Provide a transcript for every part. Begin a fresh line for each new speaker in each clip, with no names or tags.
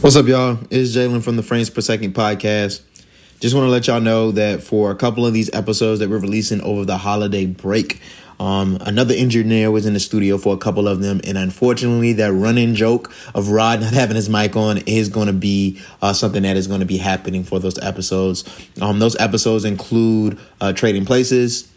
What's up, y'all? It's Jalen from the Frames Per Second podcast. Just want to let y'all know that for a couple of these episodes that we're releasing over the holiday break, um, another engineer was in the studio for a couple of them, and unfortunately, that running joke of Rod not having his mic on is going to be uh, something that is going to be happening for those episodes. Um, those episodes include uh, Trading Places,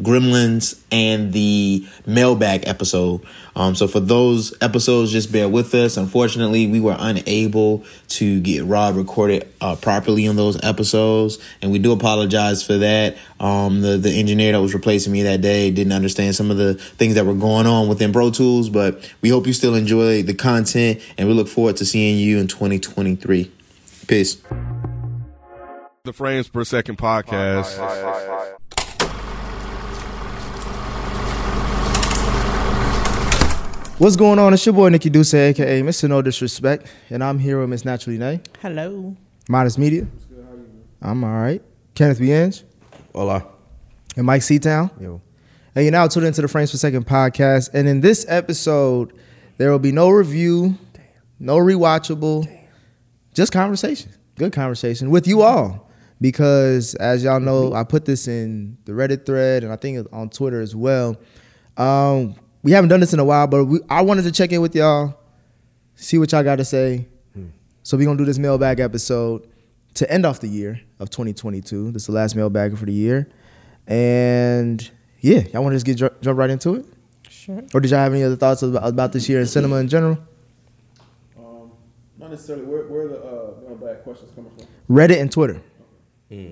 Gremlins and the mailbag episode. Um, so for those episodes, just bear with us. Unfortunately, we were unable to get Rob recorded uh, properly on those episodes, and we do apologize for that. Um, the the engineer that was replacing me that day didn't understand some of the things that were going on within Pro Tools, but we hope you still enjoy the content, and we look forward to seeing you in 2023. Peace.
The Frames Per Second podcast.
What's going on? It's your boy Nikki Duce, aka Mr. No Disrespect, and I'm here with Miss Naturally Nay,
Hello.
Modest Media. I'm all right. Kenneth Bienge
Hola.
and Mike Seatown. Yo. And you're now tuned into the Frames Per Second podcast. And in this episode, there will be no review, no rewatchable, just conversation. Good conversation with you all. Because as y'all know, I put this in the Reddit thread and I think on Twitter as well. Um, we haven't done this in a while, but we, I wanted to check in with y'all, see what y'all got to say. So we're gonna do this mailbag episode to end off the year of 2022. This is the last mailbag for the year, and yeah, y'all want to just get ju- jump right into it,
Sure.
or did y'all have any other thoughts about, about this year in cinema in general?
Um, Not necessarily. Where, where are the uh, mailbag questions coming from?
Reddit and Twitter. Hmm.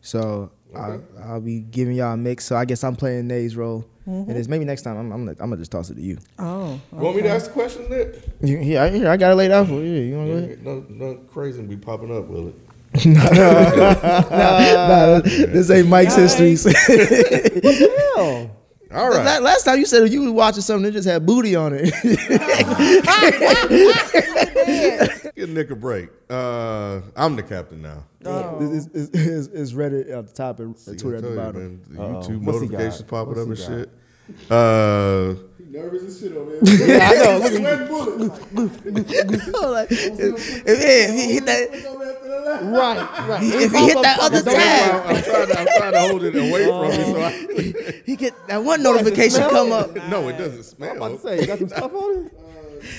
So I, I'll be giving y'all a mix. So I guess I'm playing Nay's role, and it's maybe next time I'm, I'm, gonna, I'm gonna just toss it to you.
Oh.
You want me to ask the question, Nick?
you yeah, here I got it laid out for you. You wanna go ahead?
No, no crazy be popping up, will it?
Nah, this ain't Mike's history.
All right.
La- Last time you said you was watching something that just had booty on it.
Give Nick a break. Uh, I'm the captain now.
It's, it's, it's, it's Reddit at the top and
See, I
Twitter at
tell
the
you,
bottom.
man, the YouTube
What's he got?
notifications popping up and
What's he
shit. Uh,
He nervous as shit over here.
I know. Look
Sweating bullets.
like, if, if- if he hit that,
Come after the last.
right, right. If he hit that other
that's why
tab,
I'm, I'm trying to, I'm trying to hold it away from me. So I,
he get that one notification come up.
no, it doesn't smell.
Oh. I'm about to say, you got some stuff on it?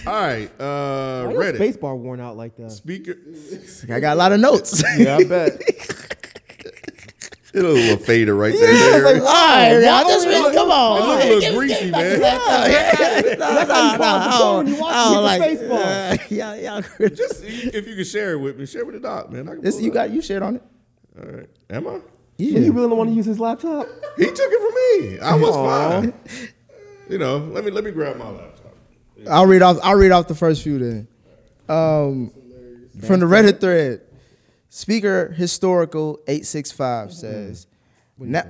All right, uh,
Why your
Reddit
space bar worn out like that?
speaker.
I got a lot of notes.
Yeah, I bet.
It a little fader right
I
there.
was like, why? I just really come
it
on.
look a little greasy, man.
Oh, That's how you
phone. You watch him hit the space
Yeah, yeah.
Just if you can share it with me, share it with the doc, man. I can
This
pull
you
it
got
up.
you shared on it.
All right, am I?
You really don't want to use his laptop?
He took it from me. I was fine. You know, let me let me grab my laptop.
I'll read off. I'll read off the first few then. Um, from the Reddit thread, speaker historical eight six five says, now,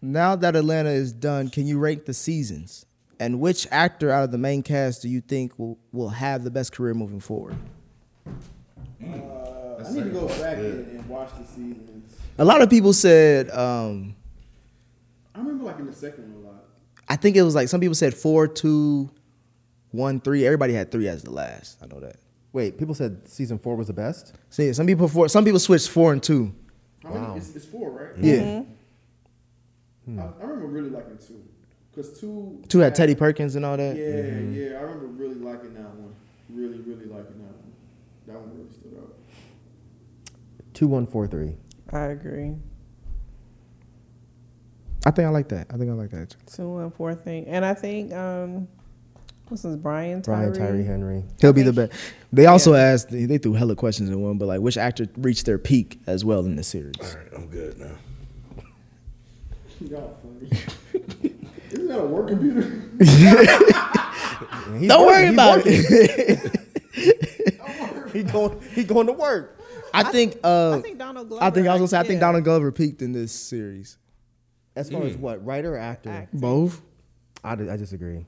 now that Atlanta is done, can you rank the seasons? And which actor out of the main cast do you think will, will have the best career moving forward?
Uh, I need to go back and, and watch the seasons.
A lot of people said, um,
I remember like in the second one a lot.
I think it was like some people said four, two, one, three. Everybody had three as the last. I know that.
Wait, people said season four was the best?
See, some people four, some people switched four and two.
How many? It's, it's four, right?
Yeah,
I, I remember really liking two, cause two.
two had Teddy Mm-hmm. Perkins and all that.
Yeah, yeah. I remember really liking that one. Really, really liking that one. That one really stood out.
2143.
I agree.
I think I like that. I think I like that. Too.
Two and four thing. And I think um what's his Brian Tyree?
Brian Tyree Henry.
He'll be the best. They also asked. They threw hella questions in one, but like, which actor reached their peak as well in the series?
All right, I'm good now.
Y'all funny. Isn't that a work computer?
And he's
Don't
working,
worry
he's
about
working.
it.
I'm worried
he going he going to work.
I think. Uh,
I think Donald Glover.
I think I was gonna
like,
say I think
yeah.
Donald Glover peaked in this series.
As far as what writer or actor,
Act.
Both.
I, di- I disagree.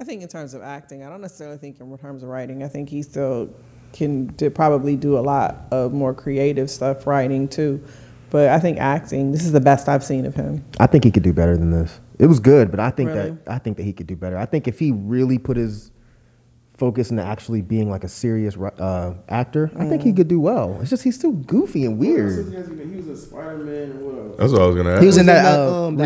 I think in terms of acting, I don't necessarily think in terms of writing. I think he still can do, probably do a lot of more creative stuff writing too. But I think acting, this is the best I've seen of him.
I think he could do better than this. It was good, but I think
Really?
that I think that he could do better. I think if he really put his focus into actually being like a serious ri- uh, actor, I think he could do well. It's just he's still goofy and
Since he
weird.
has been- He was a Spider Man or
Oh.
whatever.
That's what I was gonna ask.
He was in that, uh,
that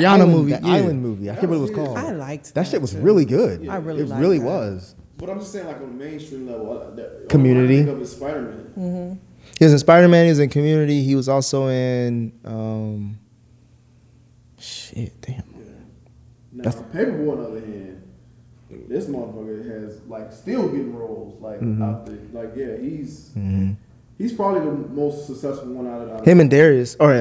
Rihanna
island,
movie.
that
yeah.
island movie. I can't remember what it was called.
I liked
that shit. Was
too.
really good.
I really
it
liked
really
that.
was.
But I'm just saying, like on a mainstream level, I- that,
Community.
Spider Man.
He was in Spider Man. He was in Community. He was also in. Um, shit, damn.
Now, Paperboy on the other hand, this motherfucker has like still getting roles like
Mm-hmm.
out there. Like yeah, he's he's probably the most successful one out of out of-
Him and Darius, or uh,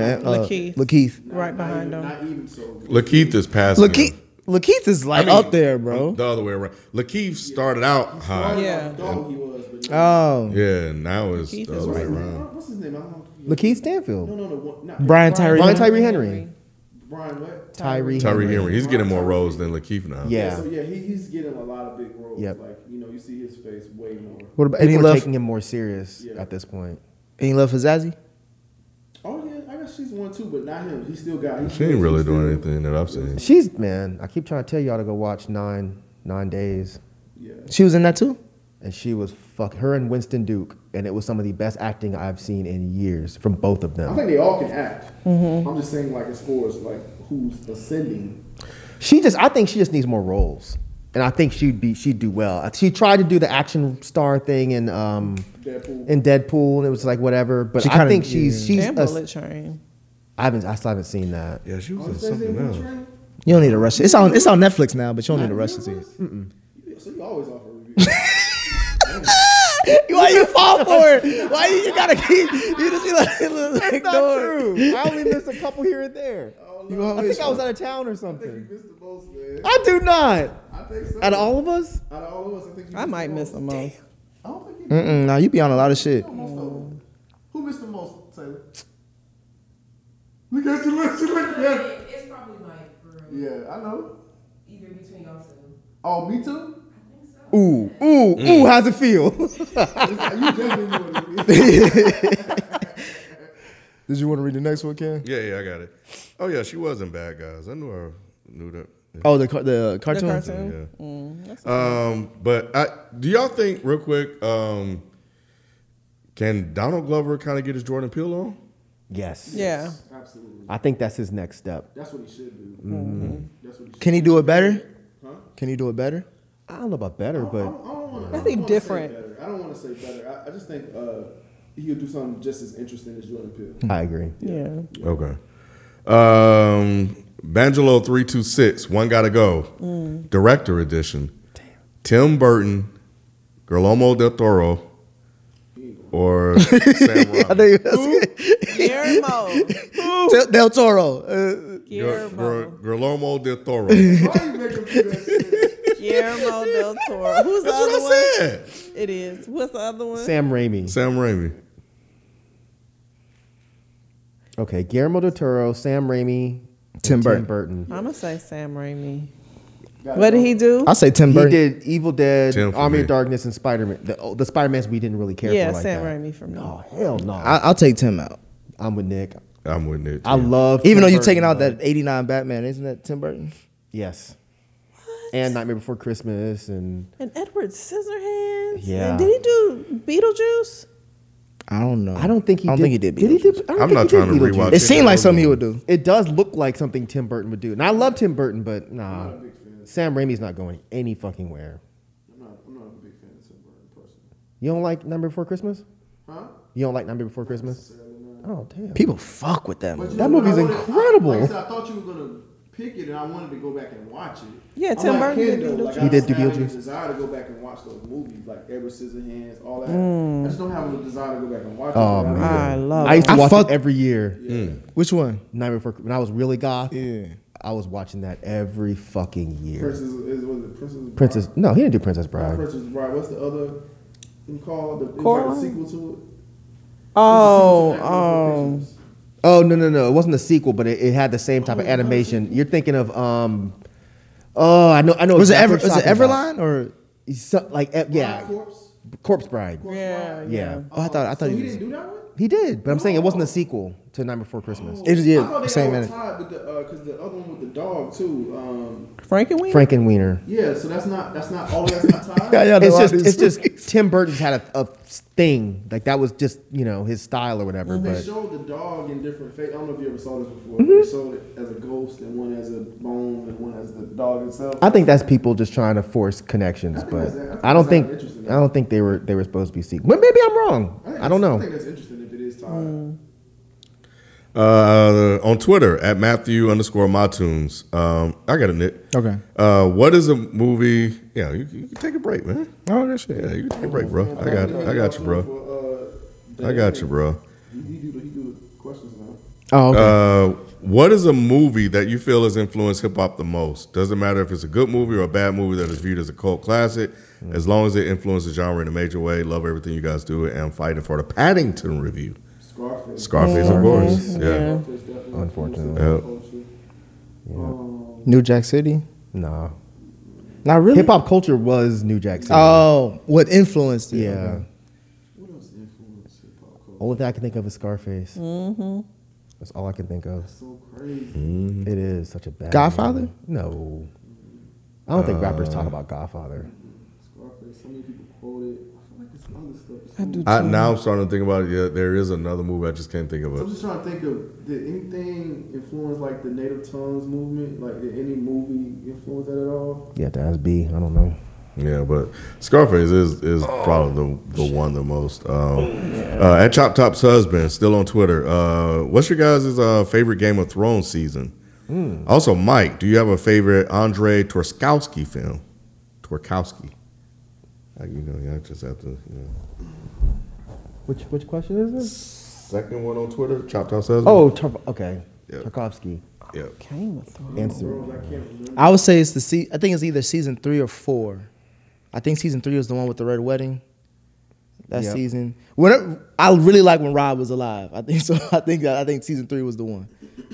Lakeith.
Lakeith.
Lakeith.
not- not
Right behind
even-
him.
Not even so.
Lakeith is passing.
Lakeith.
him.
Lakeith is
I
like
mean,
up there, bro.
The other way around. Lakeith started out high.
Yeah.
Yeah,
Dog he was. But
Uh,
Oh,
and now it's
Lakeith
the
is
other way
right.
around.
What's his name? I don't know.
Lakeith
No,
Stanfield,
no, no. What, not
Brian Tyree.
Brian Tyree Henry,
Brian what?
Tyree,
Tyree
Henry.
Henry. He's getting more roles than Lakeith now.
Yeah.
So yeah, he, he's getting a lot of big roles.
Yep.
Like you know, you see his face way more.
What about and he
People are
left?
taking him more serious
Yeah.
at this point.
And he left for Zazie.
Oh yeah, I guess she's one too, but not him. He still got. He
She ain't really doing
still-
anything that I've seen.
She's man. I keep trying to tell y'all to go watch Nine Nine Days,
Yeah.
She was in that too.
and she was fuck her and Winston Duke, and it was some of the best acting I've seen in years from both of
I
them.
think they all can act.
Mm-hmm.
I'm just saying, like as far as like who's ascending.
She just, I think she just needs more roles, and I think she'd be she'd do well. Uh, She tried to do the action star thing in um
Deadpool.
in Deadpool, and it was like whatever. But
She
I
kinda-
think she's she's
And
a-
Bullet Train.
I haven't I still haven't seen that.
Yeah, she was in
Honestly, they
something
wouldn't
else.
train.
You don't need to rush it. It's on. It's on Netflix now, but you don't need to rush it.
Yeah, So you always offer reviews.
Why you fall for it? Why you, you gotta keep? You just be like, That's
true. I only missed a couple here and there. Oh, I think I was out of town or something.
Missed the most, man.
I Uh-uh. do not.
I think so.
Out of all of us,
Out of all of us, I think you
I might
the
miss
most.
them most.
I don't think you missed
Mm-mm, nah, you be on a lot of shit.
the most of them. Who missed the most, Taylor? Look at you, look, you look at you.
It's probably like for real,
Yeah, I know.
either between y'all two.
Oh, me too.
Ooh, ooh, ooh, how's it feel?
you definitely knew it.
Did you want to read the next one, Ken?
Yeah, yeah, I got it. Oh yeah, she was in Bad Guys. I knew her. Knew that. Yeah.
Oh, the car- the cartoon.
The cartoon.
Yeah. Um, but I, do y'all think real quick? Um, can Donald Glover kind of get his Jordan Peele on?
yes.
Yeah.
Absolutely.
I think that's his next step.
That's what he should do. That's what he should.
Can he do it better? Can he do it better?
I don't know about better,
I
but
don't, I don't wanna,
I think
I don't wanna
different.
Say better. I don't want to say better. I, I just think uh, he'll do something just as interesting as Jordan Peele.
I agree.
Yeah.
Okay. Um, Bangelo three two six. One gotta go. Director edition. Tim Burton, Guillermo del Toro, or Sam Raimi.
Guillermo.
Del, Del Toro. Uh,
Gu-
Guillermo.
Gu- Guillermo del Toro. That's
Why you make him do that shit?
Guillermo del Toro. Who's the other
what
one?
I said.
It is. What's the other one?
Sam Raimi.
Sam Raimi.
Okay, Guillermo del Toro, Sam Raimi, and
Tim Burton.
I'm gonna say Sam Raimi. What did he do?
I say Tim
He
Burton.
did Evil Dead,
Tim for
Army
me.
of Darkness, and Spider Man. The, oh, the Spider Mans we didn't really care
yeah,
for. Like
Sam
that.
Raimi for me.
Oh, hell no.
I, I'll take Tim out.
I'm with Nick.
I'm with it.
I love.
Even
Tim
though you're
Burton,
taking out
though.
that '89 Batman, isn't that Tim Burton?
Yes. And Nightmare Before Christmas, and
And Edward Scissorhands.
Yeah.
And did he do Beetlejuice?
I don't know.
I don't think he.
I don't
did,
think he did.
he
Beetlejuice.
do- I don't
I'm
think
not
he did
trying to
Beetlejuice.
rewatch
It seemed like something he would do.
It does look like something Tim Burton would do. And I love Tim Burton, but nah. Sam Raimi's not going any fucking where.
I'm not, I'm not a big fan of Tim Burton personally.
You don't like Number Before Christmas?
Huh?
You don't like Number Before Christmas? Oh, damn.
People fuck with that
But
movie.
you
That
know what?
movie's
I wanted- I-
incredible.
like I, said, I thought you were gonna pick it, and I wanted to go back and watch it.
Yeah,
I'm
Tim
like
Burton
Ken,
did
though, like,
Beetlejuice.
I
He did
just
do
don't have any
Beetlejuice.
Desire to go back and watch those movies like Edward Scissorhands, all that. I just don't have a desire to go back and watch.
Mm. Oh,
it, but I
man.
I love
I used to
I
watch
fuck-
it every year.
Hmm.
Which one?
Nightmare Before when I was really goth.
Yeah.
I was watching that every fucking year.
Princess is was it Princess
Princess. No, he didn't do Princess Bride.
Bride? Princess Bride. What's the other? called? The,
Coraline?
It's like a sequel to it.
Oh,
It's a sequel to Agatha
oh.
Christmas.
Oh no no no! It wasn't a sequel, but it, it had the same
Oh,
type of animation. You're thinking of um, oh I know I know.
Was it ever
exactly
was it
what you're talking
Everline or
about. So- like eh, yeah,
Corpse.
Corpse Bride.
Yeah,
Yeah.
yeah.
Oh, I thought I
So
thought
he
you
didn't
was,
do that one. Oh.
He did, but I'm saying it wasn't a sequel to Night Before Christmas.
it is
I thought
yeah
they
same
all
minute.
tied with the because the other one with the dog too. Um,
Frank and we.
Frank and Wiener.
yeah, so that's not that's not all that's not tied.
Yeah, yeah, no,
It's
I
just
did.
it's just Tim Burton's had a, a thing like that was just you know his style or whatever.
Well, they
But
showed the dog in different faces. I don't know if you ever saw this before. but They showed it as a ghost and one as a bone and one as the dog itself.
I think that's people just trying to force connections.
I think that's- I
But
think
I don't
that's
think
interesting.
I don't think they were they were supposed to be sequel. But maybe I'm wrong.
think
I don't
that's- I
know.
think that's interesting if it is tied.
Uh, on Twitter at Matthew underscore Matunes. Um, I got a nit.
Okay.
Uh, what is a movie? Yeah, you, you can take a break, man. Oh, that's it. Yeah, you can take a break, bro. I got, I got you, bro.
For, uh,
I got you, bro.
He, he do the, he do the questions now.
Oh, okay.
Uh, what is a movie that you feel has influenced hip hop the most? Doesn't matter if it's a good movie or a bad movie that is viewed as a cult classic, as long as it influences the genre in a major way. Love everything you guys do, and I'm fighting for the Paddington review.
Scarface.
Scarface, of course. Yeah.
Scarface definitely
Unfortunately.
influenced the culture.
Oh.
Um,
New Jack City.
no.
Not really.
Hip hop culture was New Jack City.
Oh, what influenced it?
yeah.
Okay.
what else influenced hip hop culture?
Only thing I can think of is Scarface.
Mm-hmm.
That's all I can think of.
So crazy.
Mm-hmm.
It is such a bad.
Godfather?
movie. No. I don't think rappers talk about Godfather.
Scarface. So many people quote it. I feel like it's other stuff.
I do too.
I, now I'm starting to think about it. Yeah, there is another movie I just can't think of
I'm
it.
just trying to think of did anything influence like the native tongues movement? Like did any movie influence that at all?
Yeah, that's B. I don't know.
Yeah, but Scarface is is
Oh.
probably the, the one the most. Um, uh, at Chop Top's husband, still on Twitter. Uh, what's your guys' uh, favorite Game of Thrones season?
Hmm.
Also, Mike, do you have a favorite Andre Torskowski film? Torkowski. I, you know, I just have to. You know.
Which which question is this?
Second one on Twitter, Chop Top's husband.
Oh, Tar- okay.
Yeah.
Tarkovsky.
yeah.
Game of Thrones.
Answer.
I would say it's the se- I think it's either season three or four. I think season three was the one with the red wedding. That
Yep.
season. Whenever I really like when Rob was alive. I think so. I think that I think season three was the one.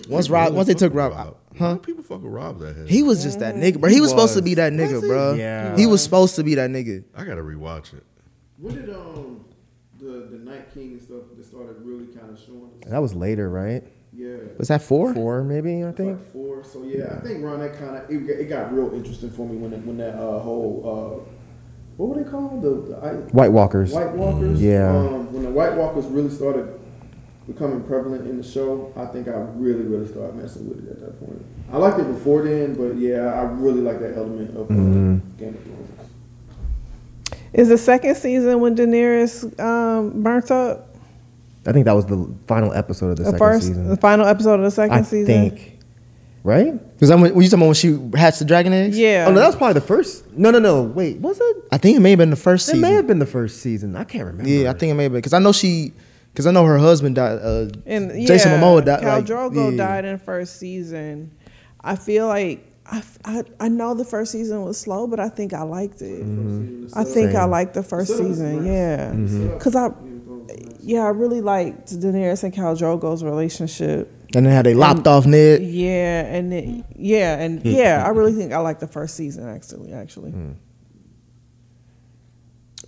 Once Rob, once they took Rob, out,
huh? People fuck with Rob that head.
he was just that nigga, bro. He was supposed to be that nigga, bro.
Yeah.
He was supposed to be that nigga.
I gotta rewatch it.
When did um the the Night King and stuff that started really kind of showing? us?
That was later, right?
Yeah.
Was that four?
Four, maybe I
It's
think.
like four. So yeah, I think around that kind of it, got- it got real interesting for me when that, when that uh, whole uh, what were they called the, the I-
White Walkers.
White Walkers.
Yeah.
Um, when the White Walkers really started becoming prevalent in the show, I think I really, really started messing with it at that point. I liked it before then, but yeah, I really like that element of uh, Game of Thrones.
Is the second season when Daenerys um, burnt up
I think that was the final episode of the,
the
second
first,
season.
the final episode of the second
I
season?
think. Right?
Because I'm. Were you talking about when she hatched the dragon eggs?
Yeah.
Oh no, that was probably the first. No, no, no. Wait, was it?
I think it may have been the first season.
It may have been the first season. I can't remember.
Yeah, I think it may have been because I know she. Because I know her husband died. Uh,
And yeah,
Jason Momoa died.
Khal
like,
Drogo
yeah.
died in first season. I feel like I, I, I know the first season was slow, but I think I liked it. I think I liked the first
Setup was
season.
nice.
Yeah,
Mm-hmm.
because I yeah I really liked Daenerys and Khal Drogo's relationship.
And then how they lopped off Ned.
Yeah, and it, yeah, and
Mm-hmm.
yeah, I really think I liked the first season actually. Actually,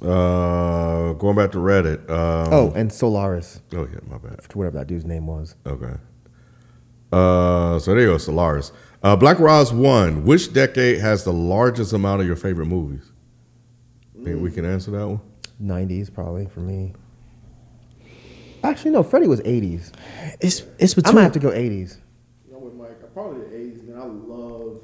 Uh, going back to Reddit. Um,
Oh, and Solaris,
oh yeah, my bad.
whatever that dude's name was.
Okay. Uh, so there you go, Solaris. Uh, Black Ross one. Which decade has the largest amount of your favorite movies? Think we can answer that one?
90s probably for me. Actually, no. Freddy was 80s.
It's it's
I'm
between.
gonna have to go 80s.
You know, with Mike, I probably the eighties, man. I love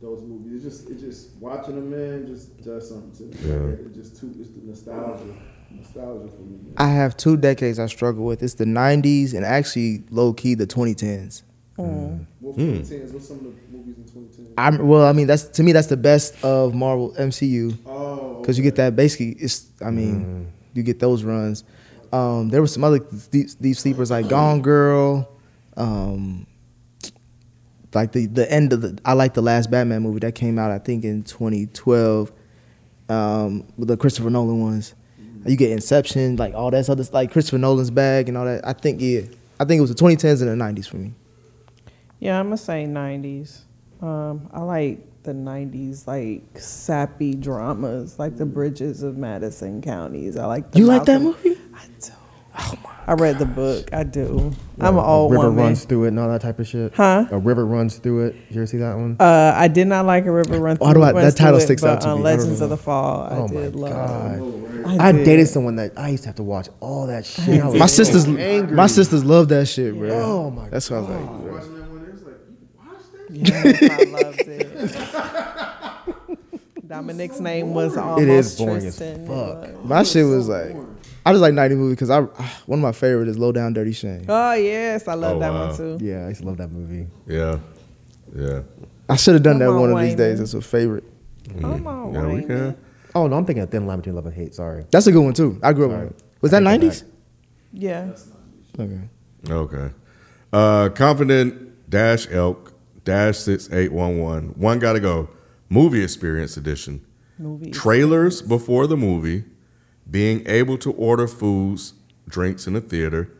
those movies. It's just, it's just watching them, man. Just does something to me.
Yeah.
It's just too, it's the nostalgia, nostalgia for me. Man.
I have two decades I struggle with. It's the '90s and actually low key the 2010s.
What 2010s? What's some of the movies in 2010?
I'm well. I mean, that's to me that's the best of Marvel MCU
Oh,
because you get that basically. It's I mean,
Mm.
you get those runs. Um, there were some other deep, deep sleepers like Gone Girl. Um, like the the end of the I like the last Batman movie that came out I think in 2012, um, with the Christopher Nolan ones. You get Inception, like all that other, like Christopher Nolan's bag and all that. I think yeah, I think it was the 2010s and the 90s for me.
Yeah, I'm gonna say '90s. Um, I like the '90s, like sappy dramas, like The Bridges of Madison Counties. I like. The
You like that
Malcolm-
movie?
I do. Oh my! I read the book. I do. I'm an old
river
woman.
runs through it and all that type of shit.
Huh?
A river runs through it. You ever see that one?
Uh, I did not like a river run.
Why do I-
Runs
that title
Through It,
sticks out
but
to
on
me.
Legends of the Fall, I
Oh my
did love.
God. I,
did.
dated someone that I used to have to watch all that shit. I was
My sisters,
so angry.
my sisters love that shit, bro.
Oh my
That's what I was like.
Watching that one, it was like, you watched that?
Yes, I loved it. Dominic's name was almost
It is boring as
Tristan. It
fuck.
was-
My shit was like, I just like 90 movie because I one of my favorite is Low Down Dirty Shame.
Oh yes, I love
Oh,
that
wow.
one too.
Yeah, I used to love that movie.
Yeah, yeah.
I should have done
Come
that
on,
one of these
Wayman.
days. It's a favorite.
I'm all
Yeah, we
right.
can.
Oh no, I'm thinking of Thin Line Between Love and Hate. Sorry.
That's a good one too. I grew up on it. Was that
I take it
90s?
Yeah.
Okay.
Okay. Uh, confident dash elk dash six eight one one. One gotta go. Movie experience edition.
Movies.
Trailers before the movie, being able to order foods, drinks in the theater,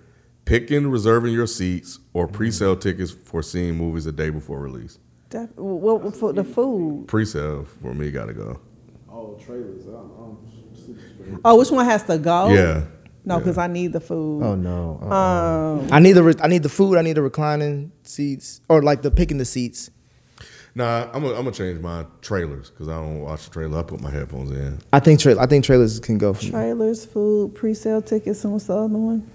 picking, reserving your seats, or
Mm-hmm.
pre-sale tickets for seeing movies a day before release.
Def- well, well, for the food.
Pre-sale for me gotta go.
All the trailers. I don't, I don't sleep straight.
Oh, which one has to go?
Yeah.
No, because I need the food.
Oh no. Uh-uh.
Um,
I need the re- I need the food. I need the reclining seats or like the picking the seats.
Nah, I'm gonna I'm gonna change my trailers because I don't watch the trailer. I put my headphones in.
I think tra- I think trailers can go. For me.
trailers, food, pre-sale tickets, and what's the other one?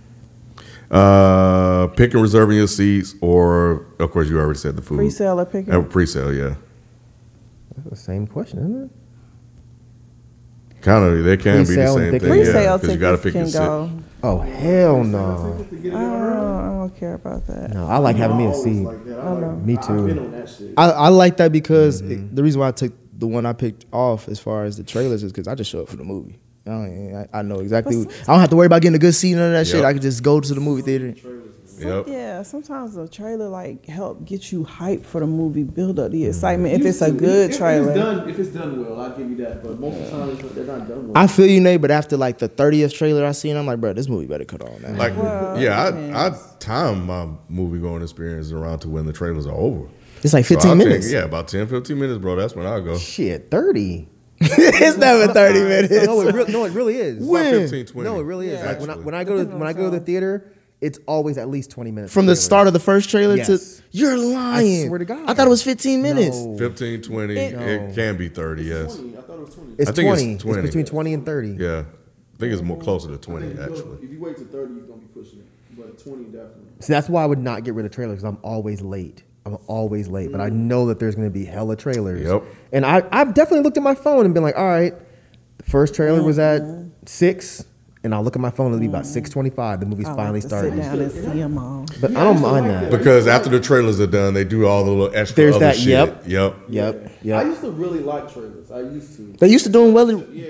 Uh, picking, reserving your seats, or of course you already said the food.
Pre-sale or pick.
Uh, pre-sale, yeah.
That's the same question, isn't it?
Kind of, they can
Pre-sale
be the
and
same
pick-
thing.
Pre-sale
yeah, 'cause
tickets
you gotta pick
can
your
go.
Oh hell no.
I don't, I don't care about that.
No, I like having me a
always
seat.
like that.
I
I like,
know.
Me
I've been
too.
on that shit.
I, I like that because
Mm-hmm.
it, the reason why I took the one I picked off as far as the trailers is because I just show up for the movie. I, don't, I, I know exactly.
But
what- I don't have to worry about getting a good seat none of that shit.
Yep.
I can just go to the movie theater.
seat. Yep.
Yeah, sometimes the trailer like help get you hyped for the movie, build up
Mm.
the excitement. If it's a good
if, If it's,
trailer,
done, if it's done well, I'll give you that. But most of the time, it's not- they're not done well.
I feel you, Nate, but after like the thirtieth trailer I seen, I'm like, bro, this movie better cut on now.
Like,
Well,
yeah,
depends.
I, I time my movie going experience around to when the trailers are over.
it's like
So I'll
fifteen
take-
minutes.
yeah, about 10, 15 minutes, bro. That's when I'll go. It's
Shit, thirty.
it's never thirty minutes.
No, it re- no, it really is.
about
When?
15, 20.
No, it really is. Like when I,
actually.
when I go to when I go to the theater, it's always at least twenty minutes.
From the start of the first trailer
Yes.
to you're lying.
I swear to God.
I thought it was fifteen minutes.
No.
15, 20, it, can be 30, yes.
I thought it was 20.
It's
I think it's
twenty. It's,
20.
between twenty and thirty.
Yeah. I think it's more closer to
I
20,
think you go-
actually.
If you wait to 30, you're going to be pushing it. But 20, definitely.
So that's why I would not get rid of trailers. 'cause I'm always late. I'm always late, but I know that there's going to be hella trailers.
Yep.
And I, I've definitely looked at my phone and been like, all right, the first trailer was at six, and I'll look at my phone and it'll be about six twenty-five. The movie's
I
finally
like to sit
starting.
down and see them all.
But I don't mind that.
Because after the trailers are done, they do all the little extra
There's
other
that,
shit.
yep.
Yep.
Yep.
I
Yep.
used to really like trailers. I used to.
They used to doing well,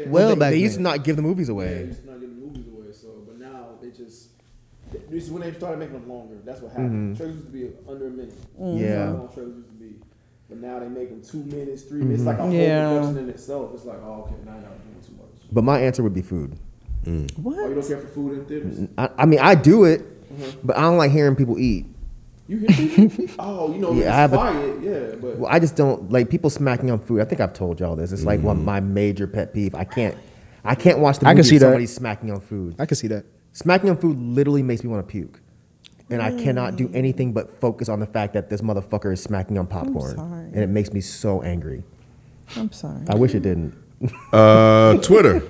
well
They,
back
they
then.
used to not give the movies
Yeah,
away.
used to not getting movies away. So, but now they just. This is when they started making them longer. That's what happened. Trailers used to be under a minute.
Mm-hmm. Yeah.
That's how long trailers used to be. But now they make them two minutes, 3
Mm-hmm.
minutes. It's like a whole
Yeah.
production in itself. It's like, oh, okay, now y'all doing too much.
But my answer would be food.
Oh, you
What?
don't care for food in theaters?
I, I mean, I do it, but I don't like hearing people eat.
You hear people? oh, you know,
Yeah,
it's
I have a-
quiet. yeah, but
Well, I just don't like people smacking on food. I think I've told y'all this. It's like one of my major pet peeve. I can't, I can't watch the
Mm. I
movie
can see
if
that.
somebody's smacking on food.
I can see that.
Smacking on food literally makes me want to puke, and I cannot
Mm.
do anything but focus on the fact that this motherfucker is smacking on popcorn,
sorry.
and it makes me so angry.
I'm sorry.
I wish it didn't.
Uh, Twitter,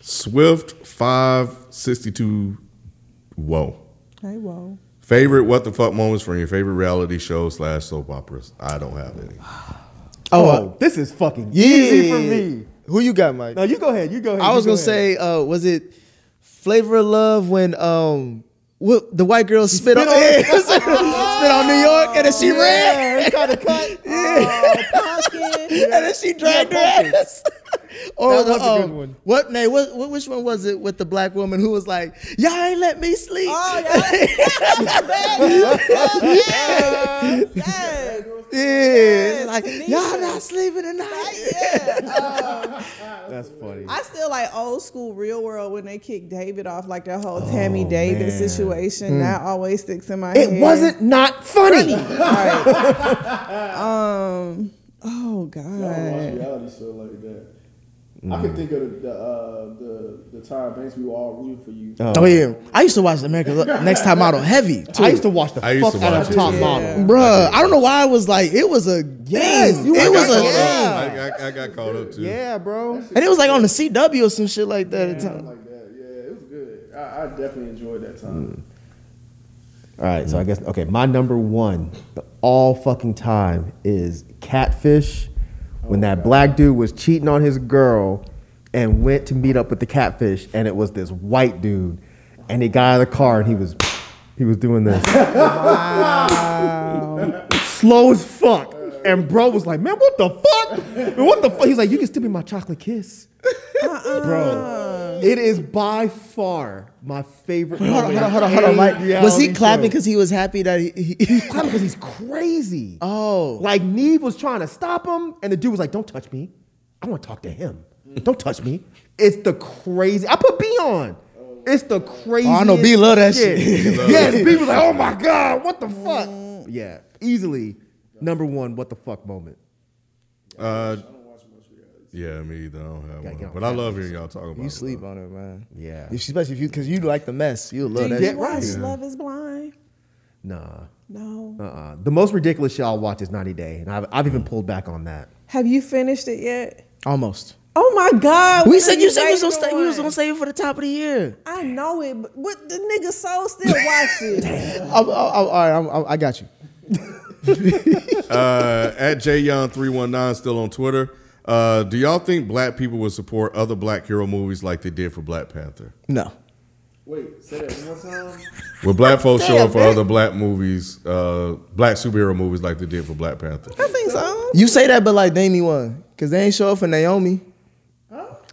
Swift five sixty two. Whoa.
Hey, whoa.
Favorite what the fuck moments from your favorite reality shows slash soap operas? I don't have any.
Oh, this is fucking
Yeah.
easy for me.
Who you got, Mike?
No, you go ahead. You go ahead.
I
you
was
go
gonna say,
ahead.
uh, was it Flavor of Love when um what the white girl spit, on, spit on New York and then she ran
Yeah, kind of cut.
and then she dragged her ass. Or
That
the,
was a good
um,
one.
What name? What, what? Which one was it with the black woman who was like, "Y'all ain't let me sleep."
Ah.
Oh, yes. yes. yes.
yeah, like
Tanisha.
y'all not sleeping tonight.
Yeah. Um,
That's funny.
I still like old school real world when they kicked David off, like that whole
Oh,
Tammy Davis situation.
Hmm.
That always sticks in my head.
It wasn't not funny.
Right. um. Oh
I don't watch
God.
reality show like that. I
Mm.
can think of the the, uh, the the Tyra Banks. We were all rooting for you.
Oh.
Oh yeah, I used to watch America Next Top Model heavy. Too.
I used to watch the
Oh. I used
fuck
to
out
watch
of
it,
Top
too.
Model.
Bruh, I don't know why I was like, it was a
Yes,
game.
you
it
were
was a
like,
game.
I got caught up. I, I- I got caught up too.
Yeah, bro.
And it was like on the CW or some shit like that at the
Something
time.
like that. Yeah, it was good. I, I definitely enjoyed that time.
All right, so I guess okay. My number one, the all fucking time, is Catfish. When
Oh,
that black dude was cheating on his girl, and went to meet up with the catfish, and it was this white dude, and he got out of the car, and he was, he was doing this. slow as fuck. And bro was like, man, what the fuck? What the fuck? He's like, you can still be my chocolate kiss.
Uh-uh.
Bro, it is by far my favorite. Hold
Hold on, hold on, hold on. Like, was he clapping because he was happy that he? he-
He's clapping because he's crazy.
oh,
Like Neve was trying to stop him, and the dude was like, "Don't touch me. I want to talk to him. Don't touch me." It's the crazy. I put B on. It's the crazy.
Oh, I know B love Mm. that shit.
yes, B was like, "Oh my god, what the fuck?" Yeah, easily number one. What the fuck moment?
Uh, yeah, me either. I don't have
get
one.
on
But I love hearing y'all talk about
you
it.
sleep on it, man.
Yeah.
If- especially if you because you like the mess, you
Do
love that.
you
shit.
watch
right.
Love Is Blind?
Nah.
No.
Uh-uh. The most ridiculous shit I'll watch is 90 Day, and I've, I've
Mm.
even pulled back on that.
Have you finished it yet?
Almost.
Oh my God.
We
what
said
are
you said you was
waiting
gonna stay, you was
on?
gonna save it for the top of the year.
I know it, but what the nigga soul still watch it.
I'm, I'm, I'm, all right, I'm, I'm, I got you.
uh, at jyoung319 still on Twitter. Uh, do y'all think black people would support other black hero movies like they did for Black Panther?
No.
Wait, say that one more time.
Will black folks show up for
Damn,
other black movies, uh, black superhero movies like they did for Black Panther?
I think so.
You say that, but like they need one because they ain't show up for Naomi.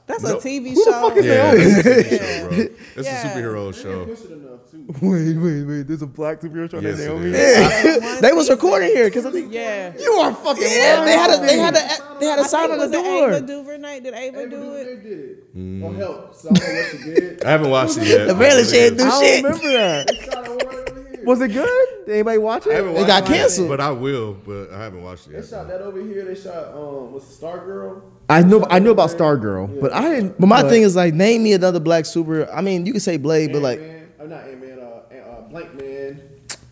That's a TV
Who the
show.
fuck is
Yeah, it's a superhero show, bro. It's
Yeah.
a superhero show.
Push it enough too.
Wait, wait, wait. There's a black superhero show
Yes, it
Naomi.
is.
They was recording here because I think
Yeah.
You are fucking
yeah, they had a they had
a.
a they had a sign on the
Ava
door.
Duvernay? Did Ava,
They
do it?
did it. Or
Mm.
help. So I don't know what she did.
I haven't watched it yet.
Apparently she ain't do
I
shit.
don't remember that.
It's not right over here.
Was it good? Did anybody watch
I
it?
haven't
It
watched
got
it yet,
canceled.
But I will, but I haven't watched
They
it yet.
shot that over here. They shot um was it Stargirl?
I know. I knew about Stargirl, but I didn't.
But my thing is like, name me another black super. I mean, you could say Blade, but like
Ant-Man. Oh, not Ant Man, uh, Ant- uh Blank Man,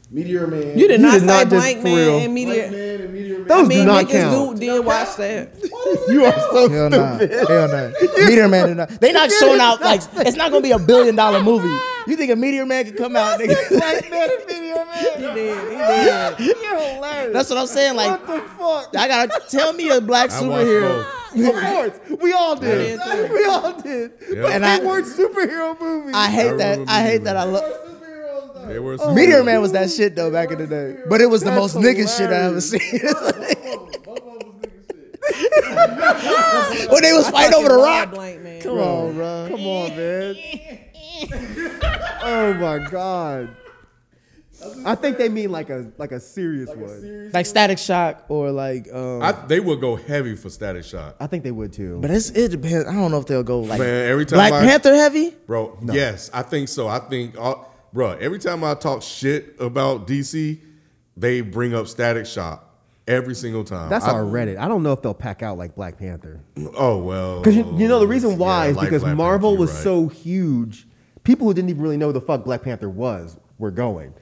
Meteor Man.
You did
You
not
did
say
not just-
Blank
for
Man
real.
and
Blank
Meteor.
Man and Meteor Man.
Those
I mean,
do not
niggas
count.
Do, did watch that.
you are so
hell
stupid.
no, hell no. Meteor Man, do not. they not showing out like it's not gonna be a billion dollar movie. You think a Meteor Man could come out? Nigga?
Black man and video man.
He did. He did.
You're hilarious.
That's what I'm saying. Like,
what the fuck?
I gotta tell me a black
I watched
superhero.
Of course, we all did.
I did,
we all did. But
And
they
I-
weren't superhero movies.
I hate
I
that.
remember
I hate
Meteor
that. I love.
both. They
Oh.
were
Meteor Man was that shit though back in the day, but it was the
That's
most nigga shit I ever
hilarious.
seen. when they was fighting over the
Love
rock.
Blank Man.
Come on, bro.
Come on, man. oh my god. I think they mean like a like a serious one.
Like Static Shock or like. Um,
I, they would go heavy for Static Shock.
I think they would too.
but it's, it depends. I don't know if they'll go like
Man, every time
Black
I-
Panther heavy.
Bro, yes, I think so. I think, all, bro, every time I talk shit about DC, they bring up Static Shock every single time.
That's
I,
our Reddit. I don't know if they'll pack out like Black Panther.
Oh well,
Because you, you know the reason why
Yeah,
is
like
because
Black
Marvel
Panther,
was
you're right.
so huge, people who didn't even really know the fuck Black Panther was were going.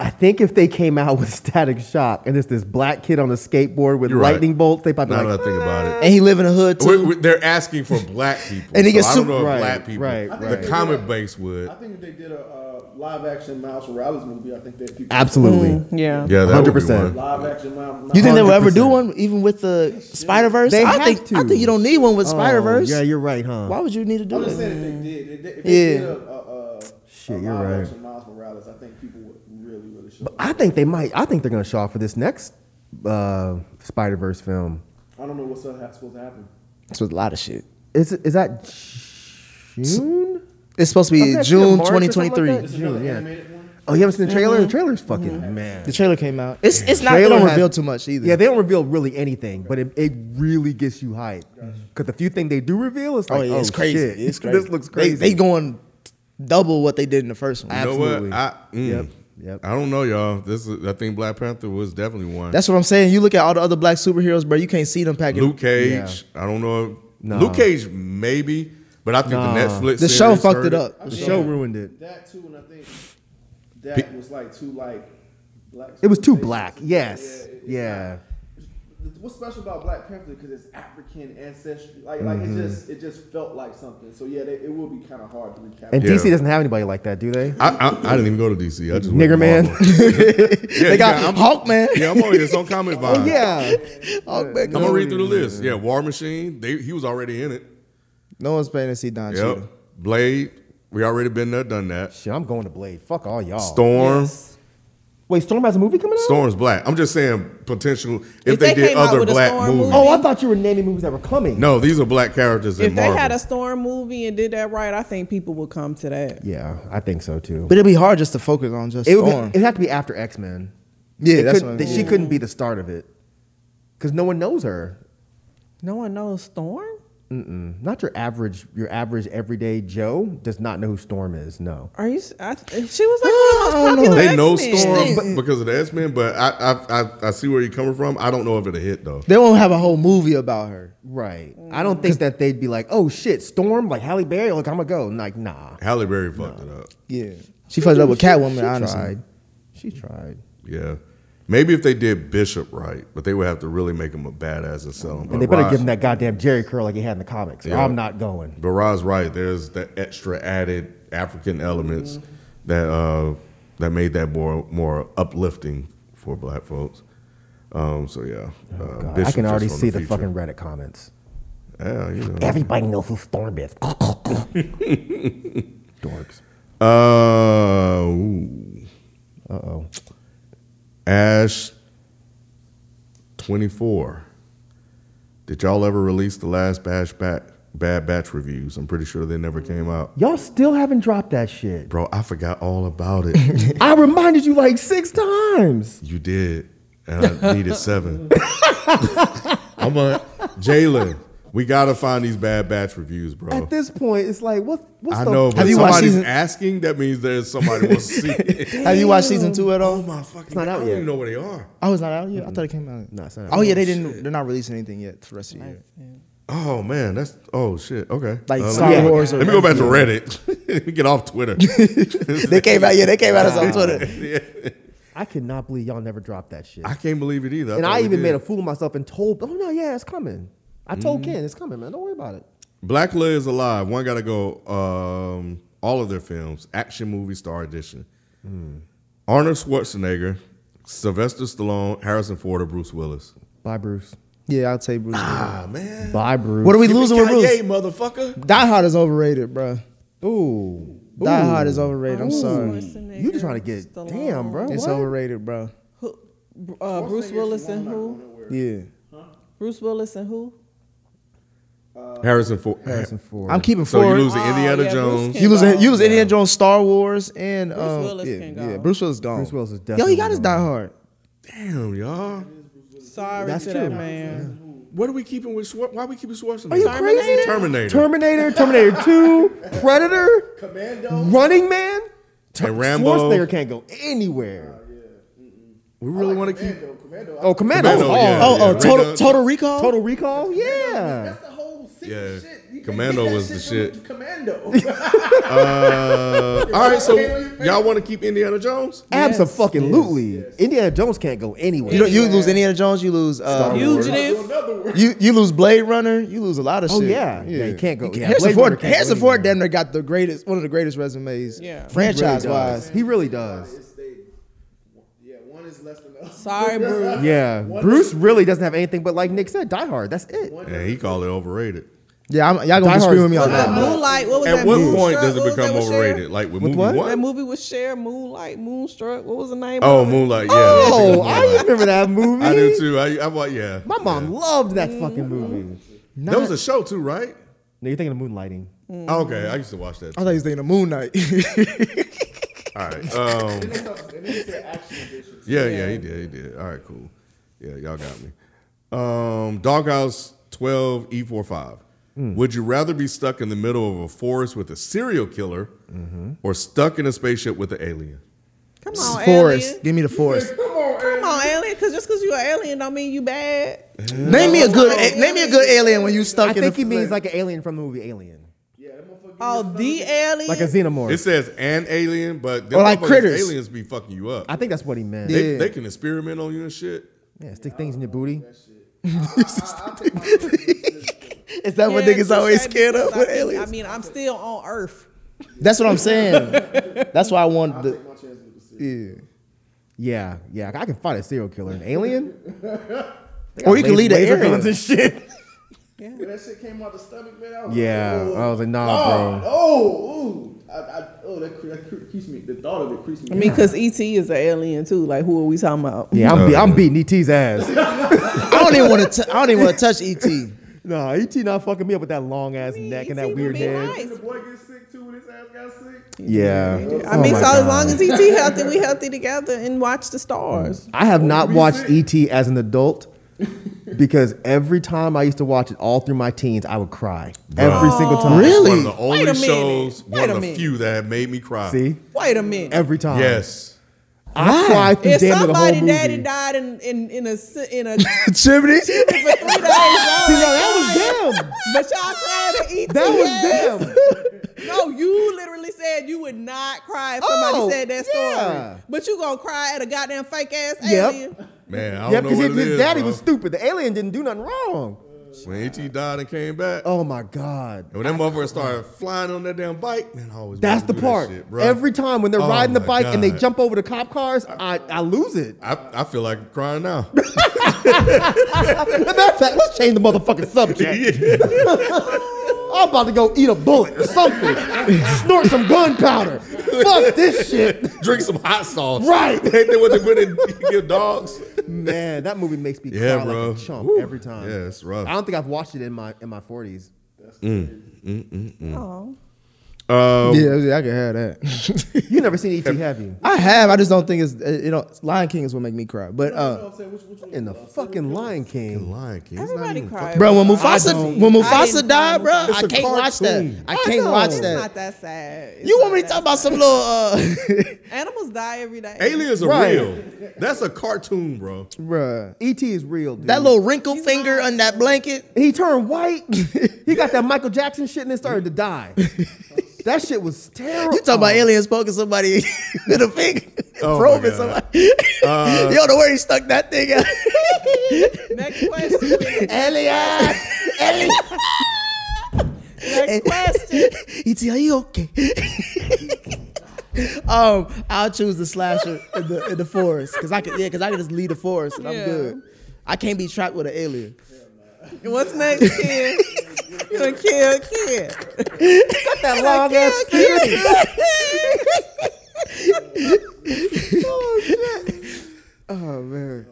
I think if they came out with Static Shock and it's this black kid on a skateboard with
You're right.
lightning bolts, they probably
Now
like,
that I think about it,
And he live in the hood too.
we we- they're asking for black people,
And he
so
gets
I don't
super-
know if
right,
black people.
right, right.
The comic base would,
I think if they did a uh, live action Miles Morales movie, I think that people
absolutely.
Mm,
Yeah.
yeah, that would be
100%.
one.
live action Miles.
You think they will ever
100%.
do one, even with the Spider Verse?
They
I
have
think
to.
I think you don't need one with
Oh,
Spider Verse.
Yeah, you're right, huh?
Why would you need to do
I'm just
it?
saying if they did, if they, if they
Yeah.
did a, a, a
Shit,
a
you're
live
right.
action Miles Morales, I think people would really, really show. up.
I think they might. I think they're gonna show off for this next uh, Spider Verse film.
I don't know what's supposed to happen.
That's with a lot of shit.
Is is that June?
It's supposed to be
Wasn't that
June
March or something like
2023.
that?
It's another
June, yeah.
animated one.
Oh, you haven't seen the trailer? The trailer's fucking man.
Mm-hmm. The trailer came out. It's it's
The
not. They
trailer
don't
has-
reveal too much either.
Yeah, they don't reveal really anything, but it, it really gets you hyped. Because the few thing they do reveal is
oh
like, oh,
yeah, it's crazy.
shit,
It's crazy.
this looks
They-
crazy.
They, going double what they did in the first one.
You know
Absolutely.
what? I, mm,
Yep, yep.
I don't know, y'all. This is, I think Black Panther was definitely one.
That's what I'm saying. You look at all the other black superheroes, bro. You can't see them packing.
Luke Cage. I don't know.
Nah.
Luke Cage, maybe, but I think
Nah.
the Netflix
The show
series
fucked
heard
it up.
the show ruined it.
That too, and I think that was like too like black.
It was too
representations.
black. Yes.
it's
Yeah.
not- What's special about Black Panther? Because it's African ancestry. Like, like it just it just felt like something. So yeah, they, it will be kind of hard to recap.
And
Yeah.
DC doesn't have anybody like that, do they?
I, I, I didn't even go to DC. I just went to
Nigger man.
Marvel. Yeah,
they got
yeah, I'm-
Hawkman.
Yeah, I'm on this on Comic Vibes.
oh yeah.
Hawkman.
I'm gonna read through the list. Yeah, War Machine. They, he was already in it.
No one's paying to see Don
Yep.
Cheadle.
Blade. We already been there, done that.
Shit, I'm going to Blade. Fuck all y'all.
Storm.
Wait, Storm has a movie coming out?
Storm's black. I'm just saying potential if,
If
they,
they
did
came out
other
with a
black
Storm
movies.
movie-
Oh, I thought you were naming movies that were coming.
No, these are black characters in
If they
Marvel.
had a storm movie and did that right, I think people would come to that.
Yeah, I think so too.
But it'd be hard just to focus on just
it
Storm.
would. It had to be after X Men.
Yeah,
it
that's
could,
what I
that
mean.
She couldn't be the start of it because no one knows her.
No one knows Storm.
Not your average, your average everyday Joe does not know who Storm is. No,
Are you? s- I, she was like one of the most popular.
they know
X-Men.
Storm b- because of the X Men, but I, I I I see where you're coming from. I don't know if it'll hit though.
they won't have a whole movie about her.
right? I don't think that they'd be like, oh shit, Storm, like Halle Berry. Like I'm gonna go. Like nah,
Halle Berry fucked it up.
Yeah, she fucked up with Catwoman. honestly,
tried. She tried.
Yeah. Maybe if they did Bishop right, but they would have to really make him a badass and sell him.
And they better give him that goddamn Jerry curl like he had in the comics. or
Yeah.
I'm not going.
But Rod's right. There's the extra added African elements
Mm-hmm.
that uh, that made that more more uplifting for Black folks. Um, so yeah, uh,
Oh, God, I
Bishop
can
just
already
from
see the,
future.
fucking Reddit comments.
yeah, you know.
Everybody knows who Storm is. Dorks.
Uh, ooh.
Uh oh.
Ash 24. Did y'all ever release the last Bash Bat, Bad Batch reviews? I'm pretty sure they never came out.
Y'all still haven't dropped that shit.
Bro, I forgot all about it.
I reminded you like six times.
you did. And I needed seven. I'm like, Jalen, we got to find these Bad Batch reviews, bro.
At this point, it's like what? What's
I
the?
know, but
Have
if
you watched
somebody's
season-
asking, that means there's somebody wants to see it.
have you watched season two at all?
Oh my fucking!
not
God,
out
I don't
yet.
even know where they are.
Oh, it's not out yet. I thought it came out.
No, it's not out
Oh
yet.
yeah, they didn't. They're not releasing anything yet for the rest of the year.
Oh man, that's oh shit. Okay,
Like
Uh, let
Star
me go-
Wars or-
Let me go back to Reddit. let me get off Twitter.
They came out. Yeah, they came out as on Twitter.
I cannot believe y'all never dropped that shit.
I can't believe it either.
and
thought
I
we
even made
did.
a fool of myself and told, oh no, yeah, it's coming. I told
Mm-hmm.
Ken it's coming, man. Don't worry about it.
Black Lid is alive. One gotta go. Um, all of their films, action movie star edition.
Hmm.
Arnold Schwarzenegger, Sylvester Stallone, Harrison Ford, or Bruce Willis.
Bye, Bruce.
Yeah, I'll take Bruce.
Ah man,
Bye, Bruce.
What are we losing with Bruce?
Kanye, motherfucker.
Die Hard is overrated, bro.
Ooh.
Die
Ooh.
Hard is overrated. I'm
Ooh.
sorry.
Schwarzenegger,
You just trying to get
Stallone.
damn, bro.
It's
what?
overrated, bro.
Who, uh, Bruce Willis and who?
Yeah.
Bruce Willis and who?
Harrison Ford.
Uh, Harrison Ford.
I'm keeping
So you
forward.
losing
Oh,
Indiana
yeah, Bruce
Jones.
Ken-
You was you was Indiana Jones, Star Wars, and Bruce um,
Willis
yeah,
can go.
yeah, Bruce Willis gone.
Bruce Willis is
Yo,
definitely
he got his Die
gone.
Hard.
Damn y'all.
Sorry
That's
to
true.
that man.
What are we keeping with? Schwar- Why are we keeping Schwarzenegger?
Are you crazy?
Terminator.
Terminator, Terminator 2, Predator,
Commando.
Running Man.
And Rambo.
Oh, Schwarzenegger can't go anywhere.
We really want to keep.
Commando, Commando.
Oh, Commando.
Commando,
oh,
yeah.
Oh, oh, total
Recon-
total recall.
Total Recall. Yeah.
That's the whole
Yeah.
secret shit. You can't
Commando
get that
was the
shit.
shit.
from Commando.
Uh, all right, so y'all want to keep Indiana Jones?
Absolutely. Indiana Jones can't go anywhere.
You don't, you lose Indiana Jones, you lose uh,
Fugitive.
you you lose Blade Runner, you lose a lot of
Oh,
shit.
yeah. Yeah, you can't go- yeah,
Harrison
Blade Runner
Ford,
can't
Harrison
go
Ford,
anywhere.
Denver got the greatest, one of the greatest resumes,
Yeah.
franchise wise.
He really does.
It's they- yeah, one is less than the other.
Sorry, Bruce.
Yeah. Bruce really doesn't have anything but, like Nick said, Die Hard. That's it.
Yeah, he called it overrated.
Yeah, I'm, y'all gonna
Die
be
Hard's
screaming me on
good.
that.
That Moonlight. What was
At
that
what
movie?
point
Sure,
does
what
it
was that
become
with Cher?
overrated? Like with, movie
what?
one?
That movie was Cher, Moonlight, Moonstruck. What was the name?
Oh,
of it?
Moonlight. Yeah.
Oh,
I
I remember that movie.
think it was Moonlight. I do too. I, I wa- yeah.
My mom loved that fucking movie.
That was a show too, right?
Mm-hmm.
No, you're thinking of moonlighting.
Okay, I used to watch that.
Oh,
I thought he was thinking of Moon Knight.
All right. Um,
Then they start- and then they said action edition.
Yeah, yeah, he did. He did. All right, cool. Yeah, y'all got me. Um, Doghouse 12 E45. Would you rather be stuck in the middle of a forest with a serial killer or stuck in a spaceship with an alien?
Come on,
Forest.
alien.
Give me the forest.
Come on,
Come on, alien. Because just because you're an alien don't mean you bad.
name me a good. a- name me a good alien when you stuck
I
in.
think
the
he means like an alien from the movie Alien,
Oh, the alien.
like a
It
xenomorph.
says an alien, but them
Or like
motherfuckers
critters.
aliens be fucking you up.
I think that's what he meant. Yeah,
they, they can experiment on you and shit.
stick things in your booty.
Is that what
Yeah,
niggas
touche,
always scared
because
of with
I think-
aliens?
I mean, I'm still on Earth.
That's what I'm saying. That's why I wanted the.
My chances with the series.
Yeah.
Yeah, yeah. I can fight a serial killer, an alien,
Or you can lead an
laser
area.
guns and shit.
When that shit came out the stomach, man, I was
Yeah,
like, oh,
I was like, nah,
oh,
bro.
oh, ooh. I, I, oh, that, cre- that cre- creased me. The thought of it creased me.
I mean, because ET is an alien too. Like, who are we talking about?
Yeah, I'm, be- I'm beating ET's ass.
E I don't even want to. I don't even want to touch E ET.
nah, ET not fucking me up with that long ass
E
neck and that weird head.
And the boy gets sick too when his ass got sick.
Yeah. Oh
Oh
I mean, so as long as ET healthy, we healthy together and watch the stars.
I have not
we
watched
sick.
ET as an adult because every time I used to watch it all through my teens, I would cry every single time.
It's One of the
Wait
only
a minute.
shows,
Wait
one
a
of the
minute.
few that have made me cry.
See,
Wait a minute.
every time.
Yes.
I cried through
if
damn near the whole
somebody
movie.
daddy died in in in a si- in a for
Chimney.
three days, y'all
that
ain't
was
crying.
them.
But y'all cried at ET.
That was
yes.
them.
No, you literally said you would not cry if somebody
Oh,
said that
yeah.
story. But you gonna cry at a goddamn fake ass
Yep.
alien?
Man, I don't
Yeah,
know
because
what
his,
it is,
his daddy
bro.
was stupid. The alien didn't do nothing wrong.
When AT died and came back,
Oh my god.
And when that motherfucker started flying on that damn bike, man, I always
That's
wanted
the
to do that
part.
shit, bruh.
Every time when they're
Oh
riding the
my
bike and they
God.
jump over the cop cars, I, I lose it.
I, I feel like I'm crying now.
Matter of fact, let's change the motherfucking subject. I'm about to go eat a bullet or something. Snort some gunpowder. Fuck this shit.
Drink some hot sauce.
Right.
Ain't that what they put in your dogs?
Man, that movie makes me
Yeah,
cry
bro.
like a chump
Woo.
every time.
Yeah, it's rough.
I don't think I've watched it in my in my 40s.
Oh,
Um,
Yeah, I can have that.
You never seen E ET, have you?
I have. I just don't think it's. You know, Lion King is what make me cry. But uh,
In the fucking Lion King.
Lion King. It's not
everybody
even
cried.
fucking-
bro, when
I
Mufasa
don't-
when
I didn't
Mufasa
cry
died, bro,
Mufasa.
I
a
can't watch that.
cartoon.
I can't watch
It's
that.
not that sad. It's
You want
not
me to
that
talk about
sad.
some little? uh
animals die every day?
Aliens are
Right.
real. That's a cartoon, bro.
Bruh.
ET E is real, dude.
That little wrinkled finger on that blanket.
He turned white. he got that Michael Jackson shit and then started to die. that shit was terrible.
You talking about aliens poking somebody with a finger,
Oh my
probing
God.
somebody.
Uh,
you don't know where he stuck that thing at.
Next question.
Alien, alien.
Next question.
E.T., E are you okay? um, I'll choose the slasher in the in the forest because I can yeah because I can just leave the forest and I'm
Yeah.
good. I can't be trapped with an alien.
What's next, kid? You done kill a kid.
that long ass
Oh man.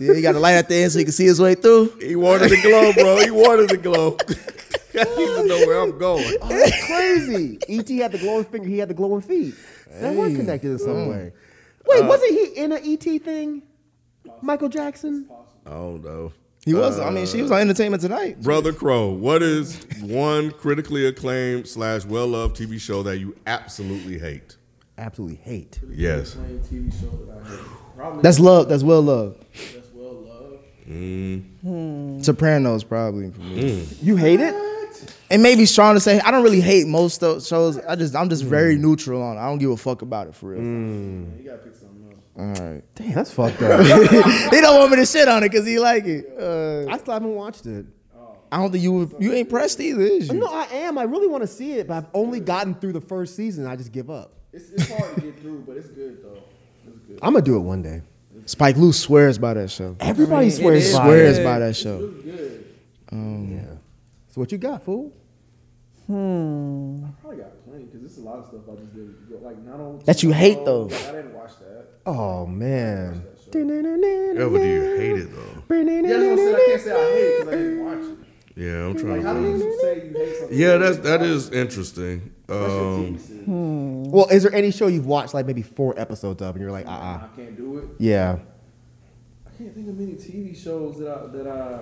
Yeah, you got a light at the end so you can see his way through.
He wanted the glow, bro. He wanted the glow. I don't know where I'm going.
That's crazy. ET had the glowing finger. He had the glowing feet. That was connected in
Mm.
some way. Wait,
Uh,
wasn't he in an ET thing? Michael Jackson.
I don't know.
He was. I mean, she was on Entertainment Tonight.
Brother Crow, what is one critically acclaimed slash well loved TV show that you absolutely hate?
Absolutely hate.
Yes.
Same TV show that I hate. Probably
That's love. That's well loved.
that's well loved.
Mm.
Sopranos probably for me.
Hmm. You hate it?
And maybe strong to say I don't really hate most of shows. I just I'm just
Mm.
very neutral on. it. I don't give a fuck about it for real.
You gotta pick something else.
Damn, that's fucked up.
They don't want me to shit on it because he like it. Uh,
I still haven't watched it.
I don't think you would- you ain't pressed either, is you?
No, I am. I really want to see it, but I've only gotten through the first season. I just give up.
It's, it's hard to get through, but it's good though. It's good.
I'm gonna do it one day.
Spike Lee swears by that show.
Everybody swears. by
swears
it.
by that show.
It's good.
Yeah. So what you got, fool?
I probably got plenty because it's a lot of stuff I just did. but, Like not on
That you hate, though.
Like, I didn't watch that.
Oh man.
Ever do you hate it though?
Yeah, that's what I'm saying. I can't say I hate because I didn't watch it.
Yeah, I'm trying
Like, how do you say you hate something?
Yeah, that's that is interesting. Um,
Well, is there any show you've watched like maybe four episodes of and you're like, uh uh
I can't do it.
Yeah.
I can't think of many TV shows that I that I.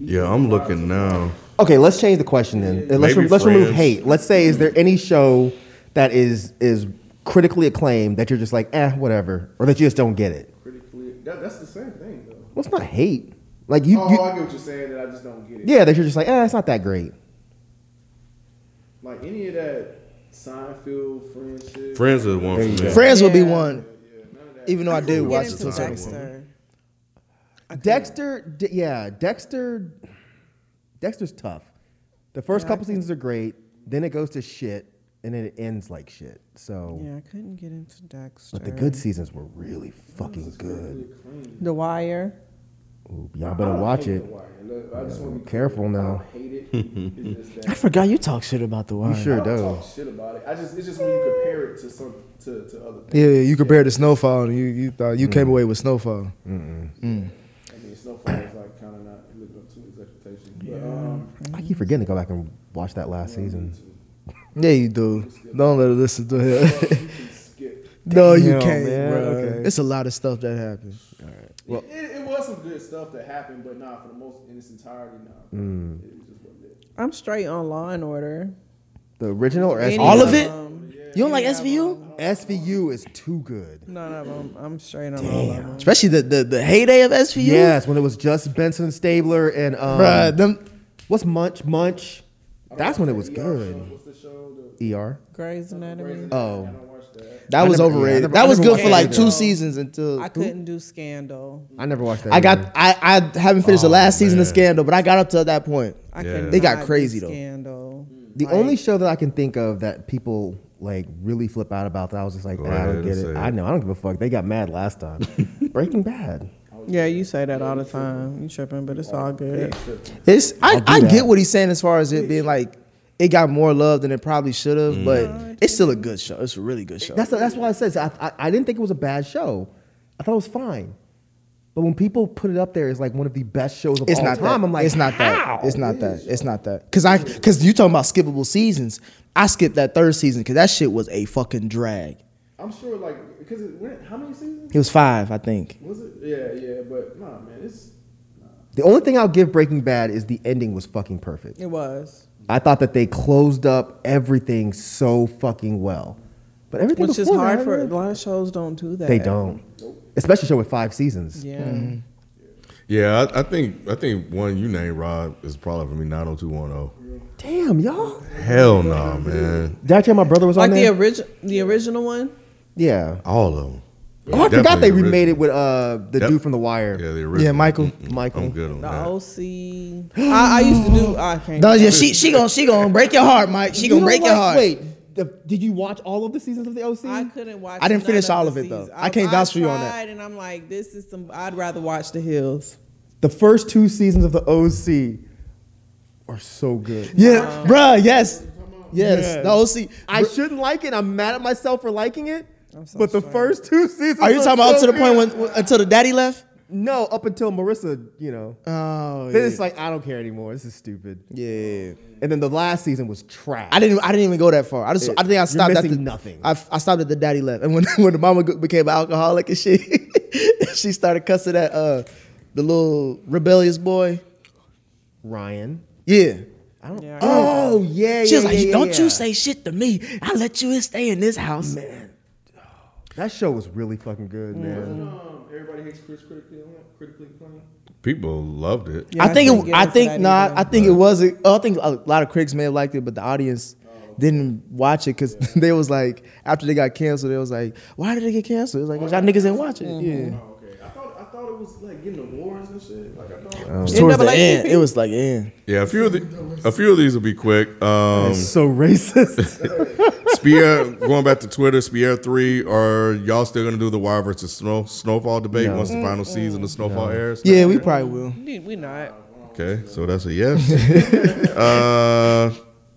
yeah, I'm looking now.
Okay, let's change the question then. And Let's,
Maybe
re- let's remove
Friends.
hate. Let's say, is there any show that is is critically acclaimed that you're just like, eh, whatever, or that you just don't get it?
Pretty clear. That, that's the same thing though.
Well, it's not hate. Like you,
oh,
you
I get what you're saying. That I just don't get it.
yeah, that you're just like, eh, it's not that great.
Like any of that Seinfeld, Friends. shit.
Friends is one for me.
Friends would be
Yeah.
one. Even though I, did
couldn't
watch
get
it
into
sometimes.
Dexter.
Dexter, D- yeah, Dexter, Dexter's tough. The first
Yeah, I
couple
could-
seasons are great, then it goes to shit, and then it ends like shit. So,
Yeah, I couldn't get into Dexter.
but the good seasons were really fucking good.
The Wire.
Ooh, y'all better watch it.
I just want to be
Careful now.
I hate it. It's just that.
I forgot you talk shit about the wire.
You sure
I don't
do.
talk shit about it. I just it's just when you compare it to some to, to other things.
Yeah, yeah, you compared to Snowfall, and you you thought you
Mm.
came away with Snowfall.
I mean, Snowfall is like kind of not living up to his expectations. But um,
I keep forgetting to go back and watch that last season.
Yeah, you do. Don't let it listen to him.
you can skip.
no, you
Damn,
can't.
man,
bro.
okay.
It's a lot of stuff that happened.
it, it was some good stuff that happened, but nah, for the most in its entirety, nah.
Mm.
It was just wasn't it.
I'm straight on Law and Order.
The original or SVU?
All of it?
Um,
You don't like SVU?
SVU is too good.
none of them. I'm straight on all of them.
Especially the, the, the heyday of SVU?
Yes, when it was just Benson Stabler and um,
Bruh, them
what's Munch Munch? That's when it was
E Show,
good.
what's the show? The
ER.
Grey's Anatomy.
Uh,
Oh,
I watched that.
that
I
was
never- yeah, I
overrated.
never- I
that was
never
good for
watched
like
that.
two seasons until
I couldn't do Scandal.
I never watched that.
I got
either.
I, I haven't finished the
Oh,
last season of
man.
Scandal, but I got up to that point.
I
Yeah.
could
They got
not do
crazy, though.
Scandal.
the only show that I can think of that people like really flip out about that I was just like,
Go
"Nah, I don't
ahead and
get
say
it.
it.
I know I don't give a fuck. They got mad last time. Breaking Bad.
Yeah, you say that all the time. You tripping, but it's all good.
It's I, I
that.
get what he's saying as far as it being like it got more love than it probably should have,
Mm.
but it's still a good show. It's a really good show.
That's that's why I said I, I I didn't think it was a bad show. I thought it was fine. But when people put it up there as like one of the best shows of
it's
all
not
time,
that.
I'm like,
it's not
"How?"
that. It's not that. It's not that. Cause I cause you talking about skippable seasons. I skipped that third season because that shit was a fucking drag.
I'm sure, like, because it went how many seasons
It was five, I think.
was it? Yeah, yeah, but nah, man, it's
The only thing I'll give Breaking Bad is the ending was fucking perfect.
It was.
I thought that they closed up everything so fucking well. But everything
Which is
before
hard
that,
for a lot of shows don't do that.
they don't. Especially a show with five seasons.
Yeah.
Mm-hmm.
Mm. Yeah, I, I think I think one you named Rod is probably for me 90210.
Damn, y'all.
Hell no, man.
Did I tell my brother was
Like
on
the
there?
original the original one?
yeah.
All of them.
Oh, I forgot they remade it with uh, the
Yep.
dude from The Wire.
Yeah, the original.
Michael.
Mm-mm,
Michael.
I'm good on
The
that.
OC. I, I used to do I can't
No, yeah, she she gonna she gonna break your heart, Mike. She
You
gonna
don't
break your
like-
heart.
Wait, the, did you watch all of the seasons of the OC?
I couldn't watch.
I didn't
none
finish all
the
of it, though.
seasons.
I can't vouch for you on that.
tried, And I'm like, this is some. I'd rather watch The Hills.
the first two seasons of the OC are so good.
Yeah, bruh. Yes, yes. The OC.
I shouldn't like it. I'm mad at myself for liking it.
I'm so
but the
sorry.
first two seasons.
Are you talking about up
so
to the point
good.
when, when- until the daddy left?
No, up until Marissa, you know.
Oh,
Then it's like I don't care anymore. This is stupid.
yeah.
And then the last season was trash.
I didn't. I didn't even go that far. I just. I think I
You're
stopped at the
missing nothing.
I, I stopped at the daddy left, and when when the mama go- became an alcoholic and she she started cussing at uh the little rebellious boy.
Ryan.
Yeah.
I don't.
Yeah, I
oh yeah.
She was
yeah,
like,
yeah,
don't
yeah.
you say shit to me. I let you stay in this house. Man.
That show was really fucking good, man.
um, everybody hates Chris critically acclaimed- critically acclaimed.
People loved it.
Yeah,
I think.
couldn't
It,
get
I
into
think
that
not.
either.
I think it was. A, oh, I think a lot of critics may have liked it, but the audience didn't watch it because they was like after they got canceled, they was like, why did they get canceled? It was like 'cause y'all niggas didn't watch it.
Mm-hmm.
Yeah.
Oh, okay. I thought I thought it was like getting awards and shit. Like I thought.
It was towards the
NAACP.
end. It was like end.
Yeah, a few of the, a few of these will be quick. Um,
So racist.
Spear, going back to Twitter, Spear three. Are y'all still gonna do the Wire versus Snow Snowfall debate once the final season of Snowfall airs?
Yeah, we probably will.
We we not.
Okay, so that's a yes. uh,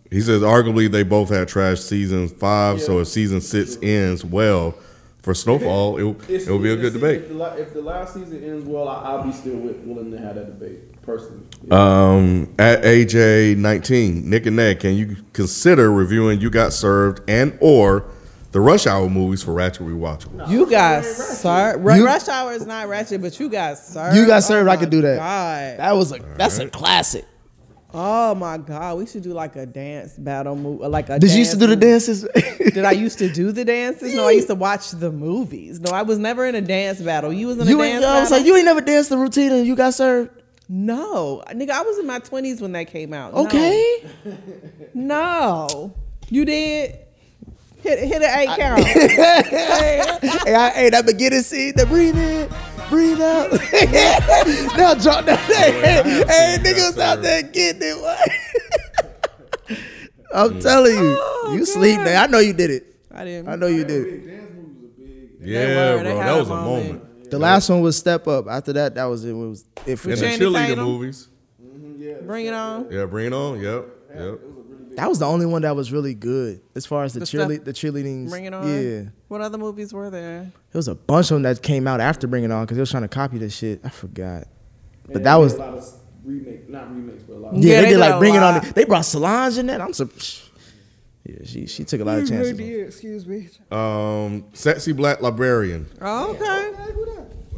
he says arguably they both had trash season five. So if season six ends well for Snowfall, it
It's-
it will be a
if
good
the- If
debate.
the, la- if the last season ends well, I, I'll be still wi- willing to have that debate. personally.
Um, at AJ nineteen, Nick and Ned, can you consider reviewing You Got Served and or the Rush Hour movies for Ratchet rewatchable?
You got served.
You-
Rush hour is not ratchet, but you got served.
You Got
Oh
Served, I
my
could do that.
God.
That was a that's a classic.
Oh my God. We should do like a dance battle movie. Like a
Did you used to do the
dance?
dances?
Did I used to do the dances? No, I used to watch the movies. No, I was never in a dance battle. You was in a
You
dance
ain't, I
battle.
was like, you ain't never danced the routine and you got served.
no, nigga, I was in my twenties when that came out. No.
Okay.
No, you did. Hit, hit an eight count.
hey, I, hey, that beginning scene, the breathe in, breathe out. now drop that. Hey, hey, niggas out there getting it. What? I'm telling you,
Oh,
you sleep now. I know you did it.
I didn't.
I know you did it.
Yeah,
were. They
bro,
had
that
a
was a
moment.
moment.
The last one was Step Up. After that, that was it. It was it for
And
Channing
the cheerleader
Tatum?
movies.
Bring it on.
Yeah, bring it on. Yep, yep.
That was the only one that was really good as far as the,
The
cheerle-
Step-
the cheerleading.
Bring it on.
Yeah,
What other movies were there?
there was a bunch of them that came out after Bring It On because they was trying to copy this shit. I forgot, but that was
a lot of remake, not remakes, but a lot. Of,
yeah. they,
Yeah, they
did
did
like
a
Bring It On.
lot.
They brought Solange in that. I'm so. Yeah, she she took a lot of chances. on-
Excuse me.
Um, sexy black librarian.
Okay.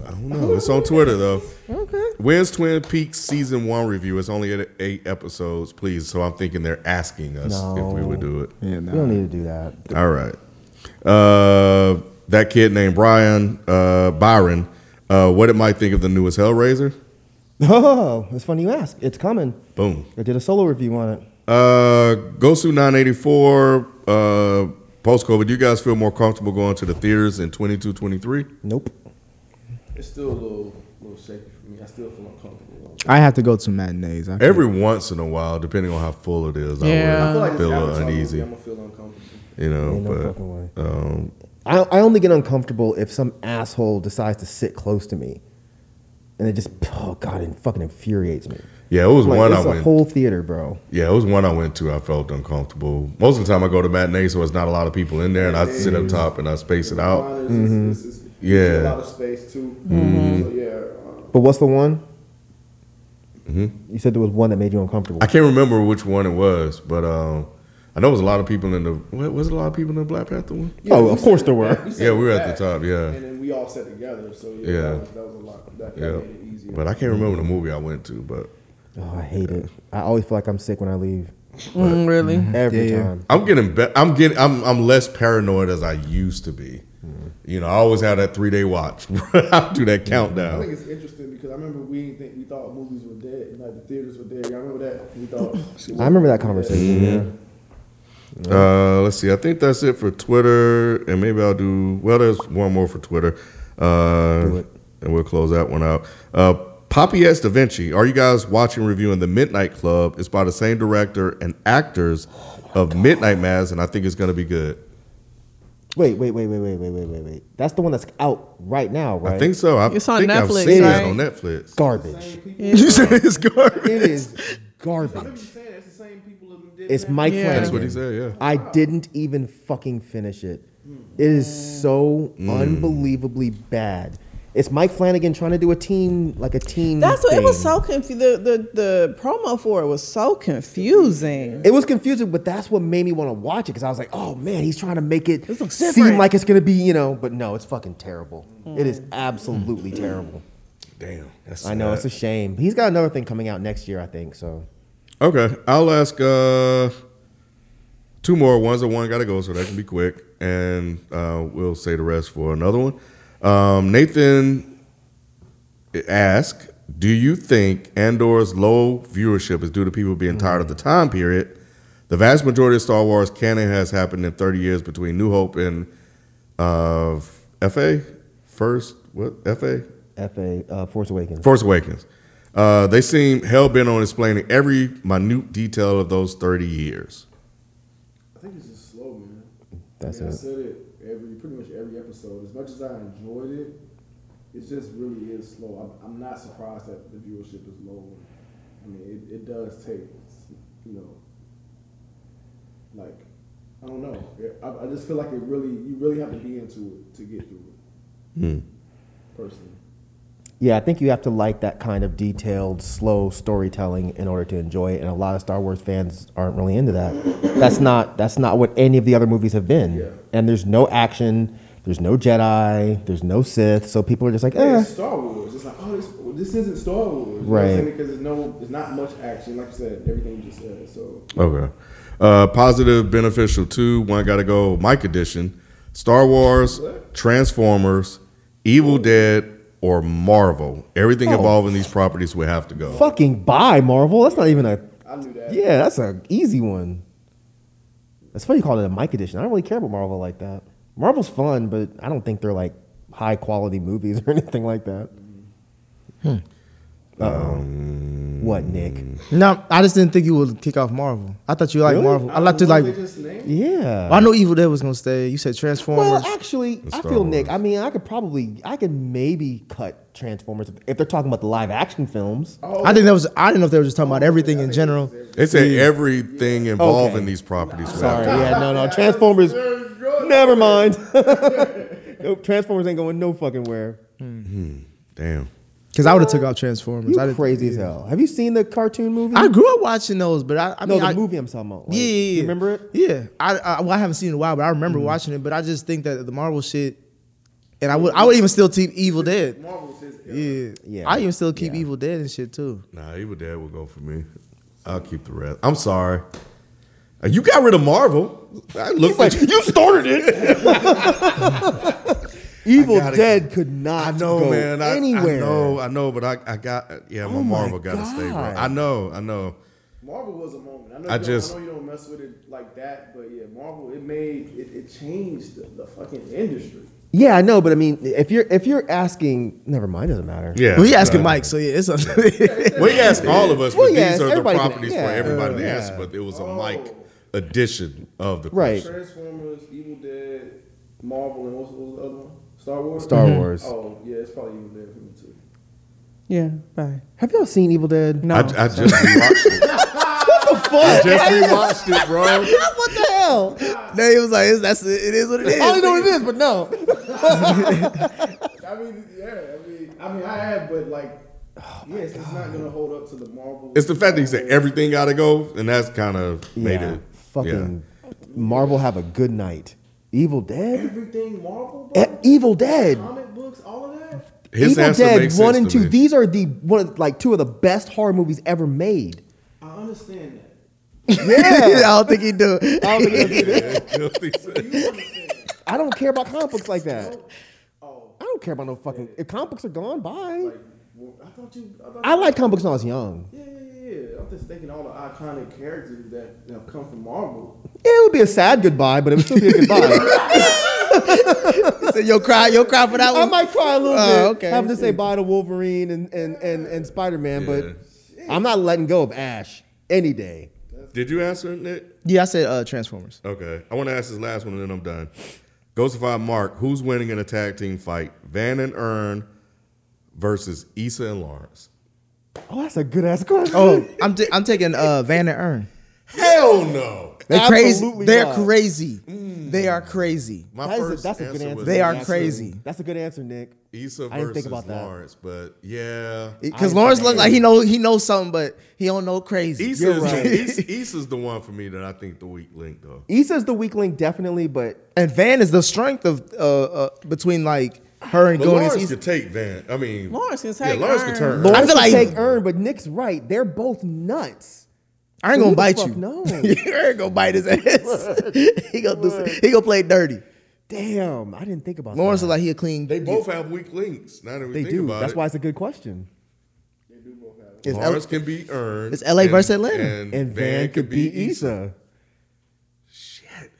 I don't know. It's on Twitter though.
Okay.
When's Twin Peaks season one review? It's only at eight episodes, please. So I'm thinking they're asking us if we would do it.
Yeah,
You
nah.
don't need to do that.
All right. Uh, that kid named Brian uh, Byron. Uh, what did I think of the newest Hellraiser?
Oh, it's funny you ask. It's coming.
Boom.
I did a solo review on it.
Uh, Gosu 984. Uh, Post COVID, do you guys feel more comfortable going to the theaters in 22, 23?
Nope.
it's still a little, little shaky for me. I still feel
Uh,
uncomfortable.
I have to go to matinees. I
Every once in a while, depending on how full it is,
Yeah. I
I
feel
would
I
feel a little
Avatar movie,
uneasy.
I'm gonna feel uncomfortable.
You
Ain't no
know,
fucking way.
but um,
I, I only get uncomfortable if some asshole decides to sit close to me. And it just, oh God, it fucking infuriates me.
yeah, it was
Like,
one I
it's a
went.
whole theater, bro.
yeah, it was one I went to. I felt uncomfortable. Most of the time, I go to matinees, so it's not a lot of people in there, and I sit up top and I space it out.
Mine is- is- is- is
Oh, mm-hmm. Yeah.
A lot of space too.
Mm-hmm.
So yeah. uh,
But what's the one? You said there was one that made you uncomfortable.
Mm-hmm. I can't remember which one it was, but um, I know it was a lot of people in the. What, was it a lot of people in the Black Panther one?
oh, of course there were.
sat
Yeah, we were at
back,
the top. Yeah,
And then we all sat together, so yeah,
Yeah.
That, was, that was a lot. That, that
yeah.
made it easier.
But I can't remember the movie I went to. But
Oh, I hate it. I always feel like I'm sick when I leave.
Mm, really?
Every
Yeah, yeah.
time.
I'm getting better. I'm getting. I'm. I'm less paranoid as I used to be.
Mm-hmm.
You know, I always have that three day watch. I'll do that
I think
countdown.
it's interesting because I remember we didn't think we thought movies were dead, like the theaters were dead. Y'all remember that? We thought.
I remember that conversation. yeah.
Uh, let's see. I think that's it for Twitter, and maybe I'll do. Well, there's one more for Twitter, uh,
Do it.
and we'll close that one out. Uh, Poppy S. Da Vinci. Are you guys watching reviewing The Midnight Club? It's by the same director and actors of Midnight Mass, and I think it's going to be good.
Wait, wait, wait, wait, wait, wait, wait, wait, wait. That's the one that's out right now, right?
I think so. I
It's on
think
Netflix,
I've seen it
right?
on Netflix.
garbage.
You said it's garbage.
It is garbage.
It's the same people that did.
It's Mike
Yeah.
Flanagan.
That's what he said. Yeah.
I didn't even fucking finish it. It is so
Mm.
unbelievably bad. It's Mike Flanagan trying to do a team like a team.
That's what it was.
thing.
So confusing. The, the the promo for it was so confusing.
It was confusing, but that's what made me want to watch it because I was like, "Oh man, he's trying to make it
This looks
seem
different. Mm.
like it's gonna be, you know." But no, it's fucking terrible. It is absolutely terrible.
Damn. That's
I know it's a shame. He's got another thing coming out next year, I think. So
Okay, I'll ask uh, two more. One's a one, gotta go, so that can be quick, and uh, we'll say the rest for another one. Um, Nathan asked, "Do you think Andor's low viewership is due to people being tired of the time period? The vast majority of Star Wars canon has happened in 30 years between New Hope and uh, FA first what FA
FA uh, Force Awakens.
Force Awakens. Uh, they seem hell bent on explaining every minute detail of those 30 years.
I think it's just slow, man.
That's
I, mean, I
it.
said it every pretty much every episode. As much as I enjoyed it, it just really is slow. I'm, I'm not surprised that the viewership is low. I mean, it, it does take, you know, like I don't know. I, I just feel like it
Hmm.
really you really have to be into it to get through it. Personally,
Yeah, I think you have to like that kind of detailed, slow storytelling in order to enjoy it. And a lot of Star Wars fans aren't really into that. That's not that's not what any of the other movies have been. And there's no action, there's no Jedi, there's no Sith, so people are just like,
Yeah,
eh.
it's Star Wars. It's like, oh, this, well, this isn't Star Wars, You know what I'm
Right.
saying? Because there's no, there's not much action. Like I said, everything you just said. So
Okay. Uh, positive, beneficial two. One got to go. Mike edition. Star Wars, Transformers, Evil Dead, or Marvel.
Oh.
Everything involving these properties would have to go.
Fucking buy Marvel. That's not even a
I knew that.
Yeah, that's an easy one. That's funny you call it a mic edition. I don't really care about Marvel like that. Marvel's fun, but I don't think they're like high quality movies or anything like that.
Hmm.
Um, what, Nick?
No, I just didn't think you would kick off Marvel. I thought you liked
Really?
Marvel. I like
The
to like.
ones they just named?
Yeah.
I know Evil Dead was gonna stay. You said Transformers.
Well, actually, I
Star
feel Nick.
Wars.
I mean, I could probably, I could maybe cut Transformers if, if they're talking about the live action films.
I think that was. I didn't know if they were just talking about everything in general.
They said everything involving
Okay.
these properties. would have
Sorry,
to go.
yeah, no, no, Transformers. never mind. nope, Transformers ain't going no fucking where.
Damn.
Because I would have took out Transformers. I
You
didn't-
crazy as hell. Have you seen the cartoon movie?
I grew up watching those, but I, I
no,
mean,
the
I,
movie I'm talking about. Like,
yeah, yeah, yeah.
You remember it? Mm-hmm.
Yeah, I, I, well, I haven't seen it in a while, but I remember watching it. But I just think that the Marvel shit, and I would, I would even still keep Evil Dead.
Marvel's his era.
Yeah,
Yeah.
I even still keep
Yeah.
Evil Dead and shit too.
Nah, Evil Dead will go for me. I'll keep the rest. I'm sorry. Uh, You got rid of Marvel. I look like you started it.
Evil
gotta-
Dead could not
I know,
go
man. I,
anywhere.
I know, I know, but I, I got yeah. My
Oh my
Marvel got to stay. Bro.
God.
I know, I know.
Marvel was a moment. I know,
I
you don't-
just-
I know you don't mess with it like that, but yeah, Marvel it made it, it changed the, the fucking industry.
Yeah, I know, but I mean, if you're if you're asking, never mind, doesn't matter.
Yeah,
Well, he asking
no.
Mike, so yeah, it's a
Well, he asked all of us,
Well,
but
yeah,
these are the
everybody can-
properties
yeah.
for everybody to
Yeah. Oh.
answer. But it was a Mike edition of the
Right.
question.
Transformers, Evil Dead, Marvel, and what's, what was the other one? Star Wars.
Star Wars.
Oh yeah, it's probably Evil Dead for me too.
Yeah, bye.
Have y'all seen Evil Dead?
No.
I, I just rewatched it. I just rewatched it, bro.
what the hell?
Then he was like, it's, "That's it. It is what it is."
I don't know what it is, but no.
I mean, yeah, I mean, I mean, I have, but like, yes, it's not gonna hold up to the Marvel.
Oh It's the fact that he said everything got to go, and that's kind of made
Yeah,
it
fucking Marvel. Have a good night. Evil Dead.
everything Marvel,
E-
Eh.
bro?
Evil Dead.
comic books, all of that.
yeah. His
Evil
answer
Dead
makes
one
sense to
and two.
me.
These are the one of- like two of the best horror movies ever made.
I understand that.
I don't think he do.
I don't care about comic books like that. I don't care about no fucking. If comic books are gone, bye.
Well, I thought you. I, thought
I like comic books when I was young.
Yeah, yeah, yeah. I'm just thinking all the iconic characters that you know, come from Marvel.
It would be a sad goodbye, but it would still be a goodbye.
He said, "Yo, cry, yo, cry for that
I
one."
might cry a little
Oh,
bit,
okay.
having to say bye to Wolverine and and and, and Spider Man, but I'm not letting go of Ash any day.
Did you answer it, Nick?
yeah, I said uh, Transformers.
Okay. I want to ask this last one, and then I'm done. Goes to five, Mark. Who's winning in a tag team fight? Van and Earn versus Issa and Lawrence.
Oh, that's a good ass question.
Oh, I'm t- I'm taking uh, Van and Earn.
Hell no.
They're
Absolutely
crazy. They're
not. Mm.
crazy. They are crazy.
My
That is a-
first
that's a good
answer,
answer.
was E-
They are
Issa-
crazy.
That's a good answer, Nick.
Issa
I didn't
versus
think about that.
Lawrence, but yeah.
Because
I-
Lawrence looks like he know he knows something, but he don't know crazy.
Issa is the, Issa, Issa's the one for me that I think the weak link, though.
Issa's the weak link, definitely, but
And Van is the strength of uh, uh between like her and
But
going.
Lawrence
Is,
could take Van. I mean,
Lawrence can
Yeah,
take
Lawrence could
Earn.
turn.
Lawrence
I feel
can
like-
take Earn, but Nick's right. They're both nuts.
I ain't
So who
gonna
the
bite
fuck
you.
knows?
I ain't gonna bite his ass. he gonna do, he gonna play dirty.
Damn, I didn't think about
Lawrence
that.
is like he a clean.
They both have weak links. Now that we
they
think
do.
about
That's
it.
why it's a good question.
It's L-
Lawrence can be earned.
It's LA versus Atlanta.
Mm,
And Van, could, beat Issa.
Shit.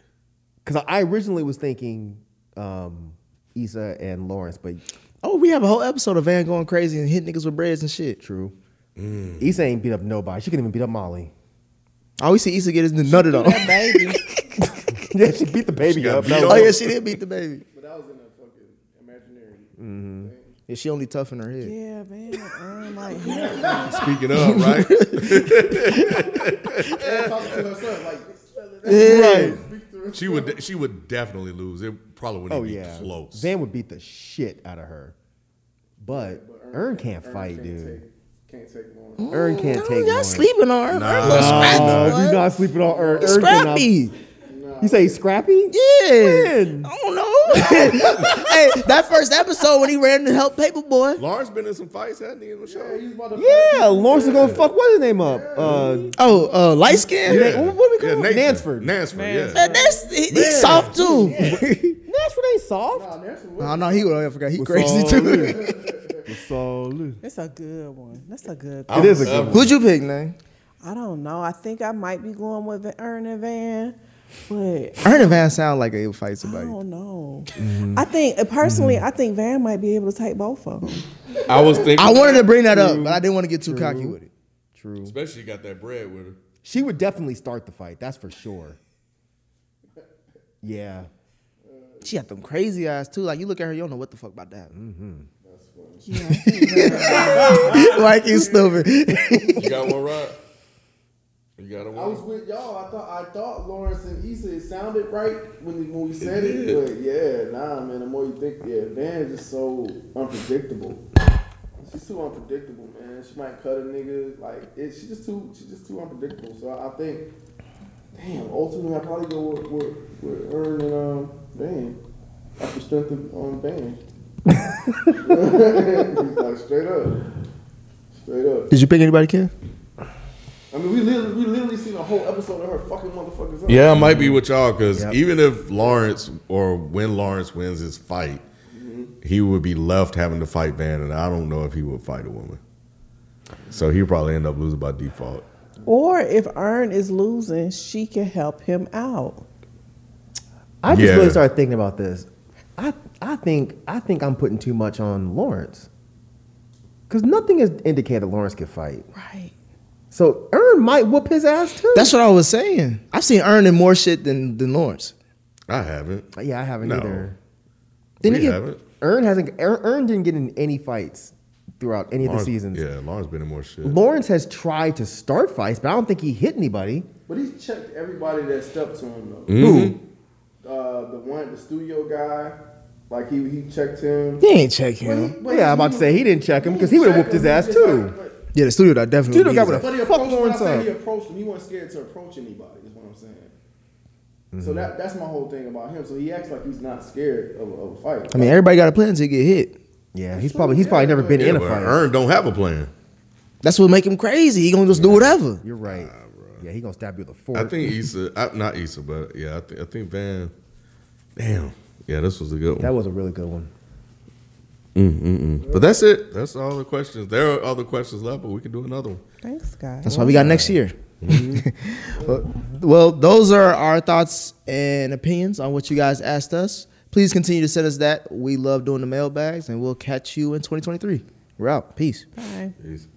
Because I originally was thinking um, Issa and Lawrence, but
Mm.
oh, we have a whole episode of Van going crazy and hitting niggas with breads and shit.
true. Issa ain't beat up nobody. She couldn't even beat up Molly.
I always see Issa get his nutted on.
That baby.
yeah, she beat the baby
got
up.
beat
That
oh
was-
yeah, she did beat the baby.
But that was in a fucking imaginary.
Yeah, she only tough in her head.
yeah, man. Earn like hell.
Speaking of, right?
Talking to herself, like,
Right.
she would de- she would definitely lose. It probably wouldn't
Oh
even
yeah.
be close.
Van would beat the shit out of her. But Earn can't fight, dude.
Can't take, can't take more.
Earn can't take
y'all
no.
sleeping on her.
Nah,
Her little scrappy,
No,
boy.
you not sleeping on Earn.
He's
Earn cannot-
scrappy.
You say he's scrappy?
Yeah.
When?
I don't know. hey, that first episode when he ran to help Paperboy.
Lawrence been in some fights, hasn't he? In the show,
He's about to
Yeah, Lawrence is gonna fuck what's his name up? Uh,
Oh, uh, light skin.
Na- what do we call him?
Nathan.
Nansford.
Nansford, yeah.
That, that's he, he's soft too.
Nashville ain't soft.
Oh, No, no, he. I forgot. He crazy too.
It's a good one. That's a good.
It is a good one.
Who'd you pick, man?
I don't know. I think I might be going with Earn and Van, but
Ernie Van sound like Mm-hmm. he fight
I
somebody.
don't know. I think uh, personally, I think Van might be able to take both of them.
I was thinking.
I wanted to bring that up, but I didn't want to get too cocky with it.
Especially got that bread with her.
She would definitely start the fight. That's for sure. Yeah.
She got them crazy eyes too. Like you look at her, you don't know what the fuck about that. like you stupid.
You got one right. You got a
I was
one.
with y'all. I thought I thought Lawrence and Issa it sounded right when when we said it, but yeah, nah, man. The more you think, yeah, Van is just so unpredictable. She's too unpredictable, man. She might cut a nigga. Like it, she's just too she's just too unpredictable. So I, I think, damn, ultimately I probably go with with, with Earn and um Van. Like the strength of um, Van. like straight up, straight up.
Did you pick anybody, Ken?
I mean, we literally, we literally seen a whole episode of her fucking motherfuckers up.
Yeah, I might
Um,
be with y'all because even if Lawrence or when Lawrence wins his fight,
Mm-hmm.
he would be left having to fight Van, and I don't know if he would fight a woman. So he'd probably end up losing by default.
Or if Earn is losing, she can help him out.
I just
Yeah.
really started thinking about this. I I think I think I'm putting too much on Lawrence. Cause nothing has indicated Lawrence could fight.
Right.
So Earn might whoop his ass too.
That's what I was saying. I've seen Earn in more shit than than Lawrence.
I haven't.
Uh, yeah, I haven't
No.
either.
Then
we
he get-
haven't.
Earn hasn't Earn, Earn didn't get in any fights throughout any of the
Lawrence-
seasons.
Yeah, Lawrence been in more shit.
Lawrence has tried to start fights, but I don't think he hit anybody.
But he's checked everybody that stepped to him though. Uh, the one, the studio guy, like he he checked him.
He ain't check
But he-
him.
but
Yeah, I'm
he-
about to say he didn't check him 'cause he
didn't
would've
check
whooped his
him, he
ass,
just
too.
like- but-
Yeah, the studio that definitely.
Studio
beat
guy
his ass.
would've-
But he
Fuck
approached. When I
Lawrence
say
up.
he approached him, he wasn't scared to approach anybody. Is what I'm saying. So that that's my whole thing about him. So he acts like he's not scared of, of a fight.
I mean, everybody got a plan to get hit.
Yeah, he's probably he's probably never been
Yeah,
in a
but
fight.
Earn don't have a plan.
That's what make him crazy. He gonna just do whatever.
You're right. yeah, he gonna stab you with a fork.
I think Issa, I, not Issa, but yeah, I think I think Van. Damn. Yeah, this was a good one.
that was a really good one.
but that's it. That's all the questions. There are other questions left, but we can do another one.
Thanks, guys.
That's why we got next year. well, those are our thoughts and opinions on what you guys asked us. Please continue to send us that. We love doing the mailbags, and we'll catch you in 2023. We're out. Peace.
Bye.
Peace.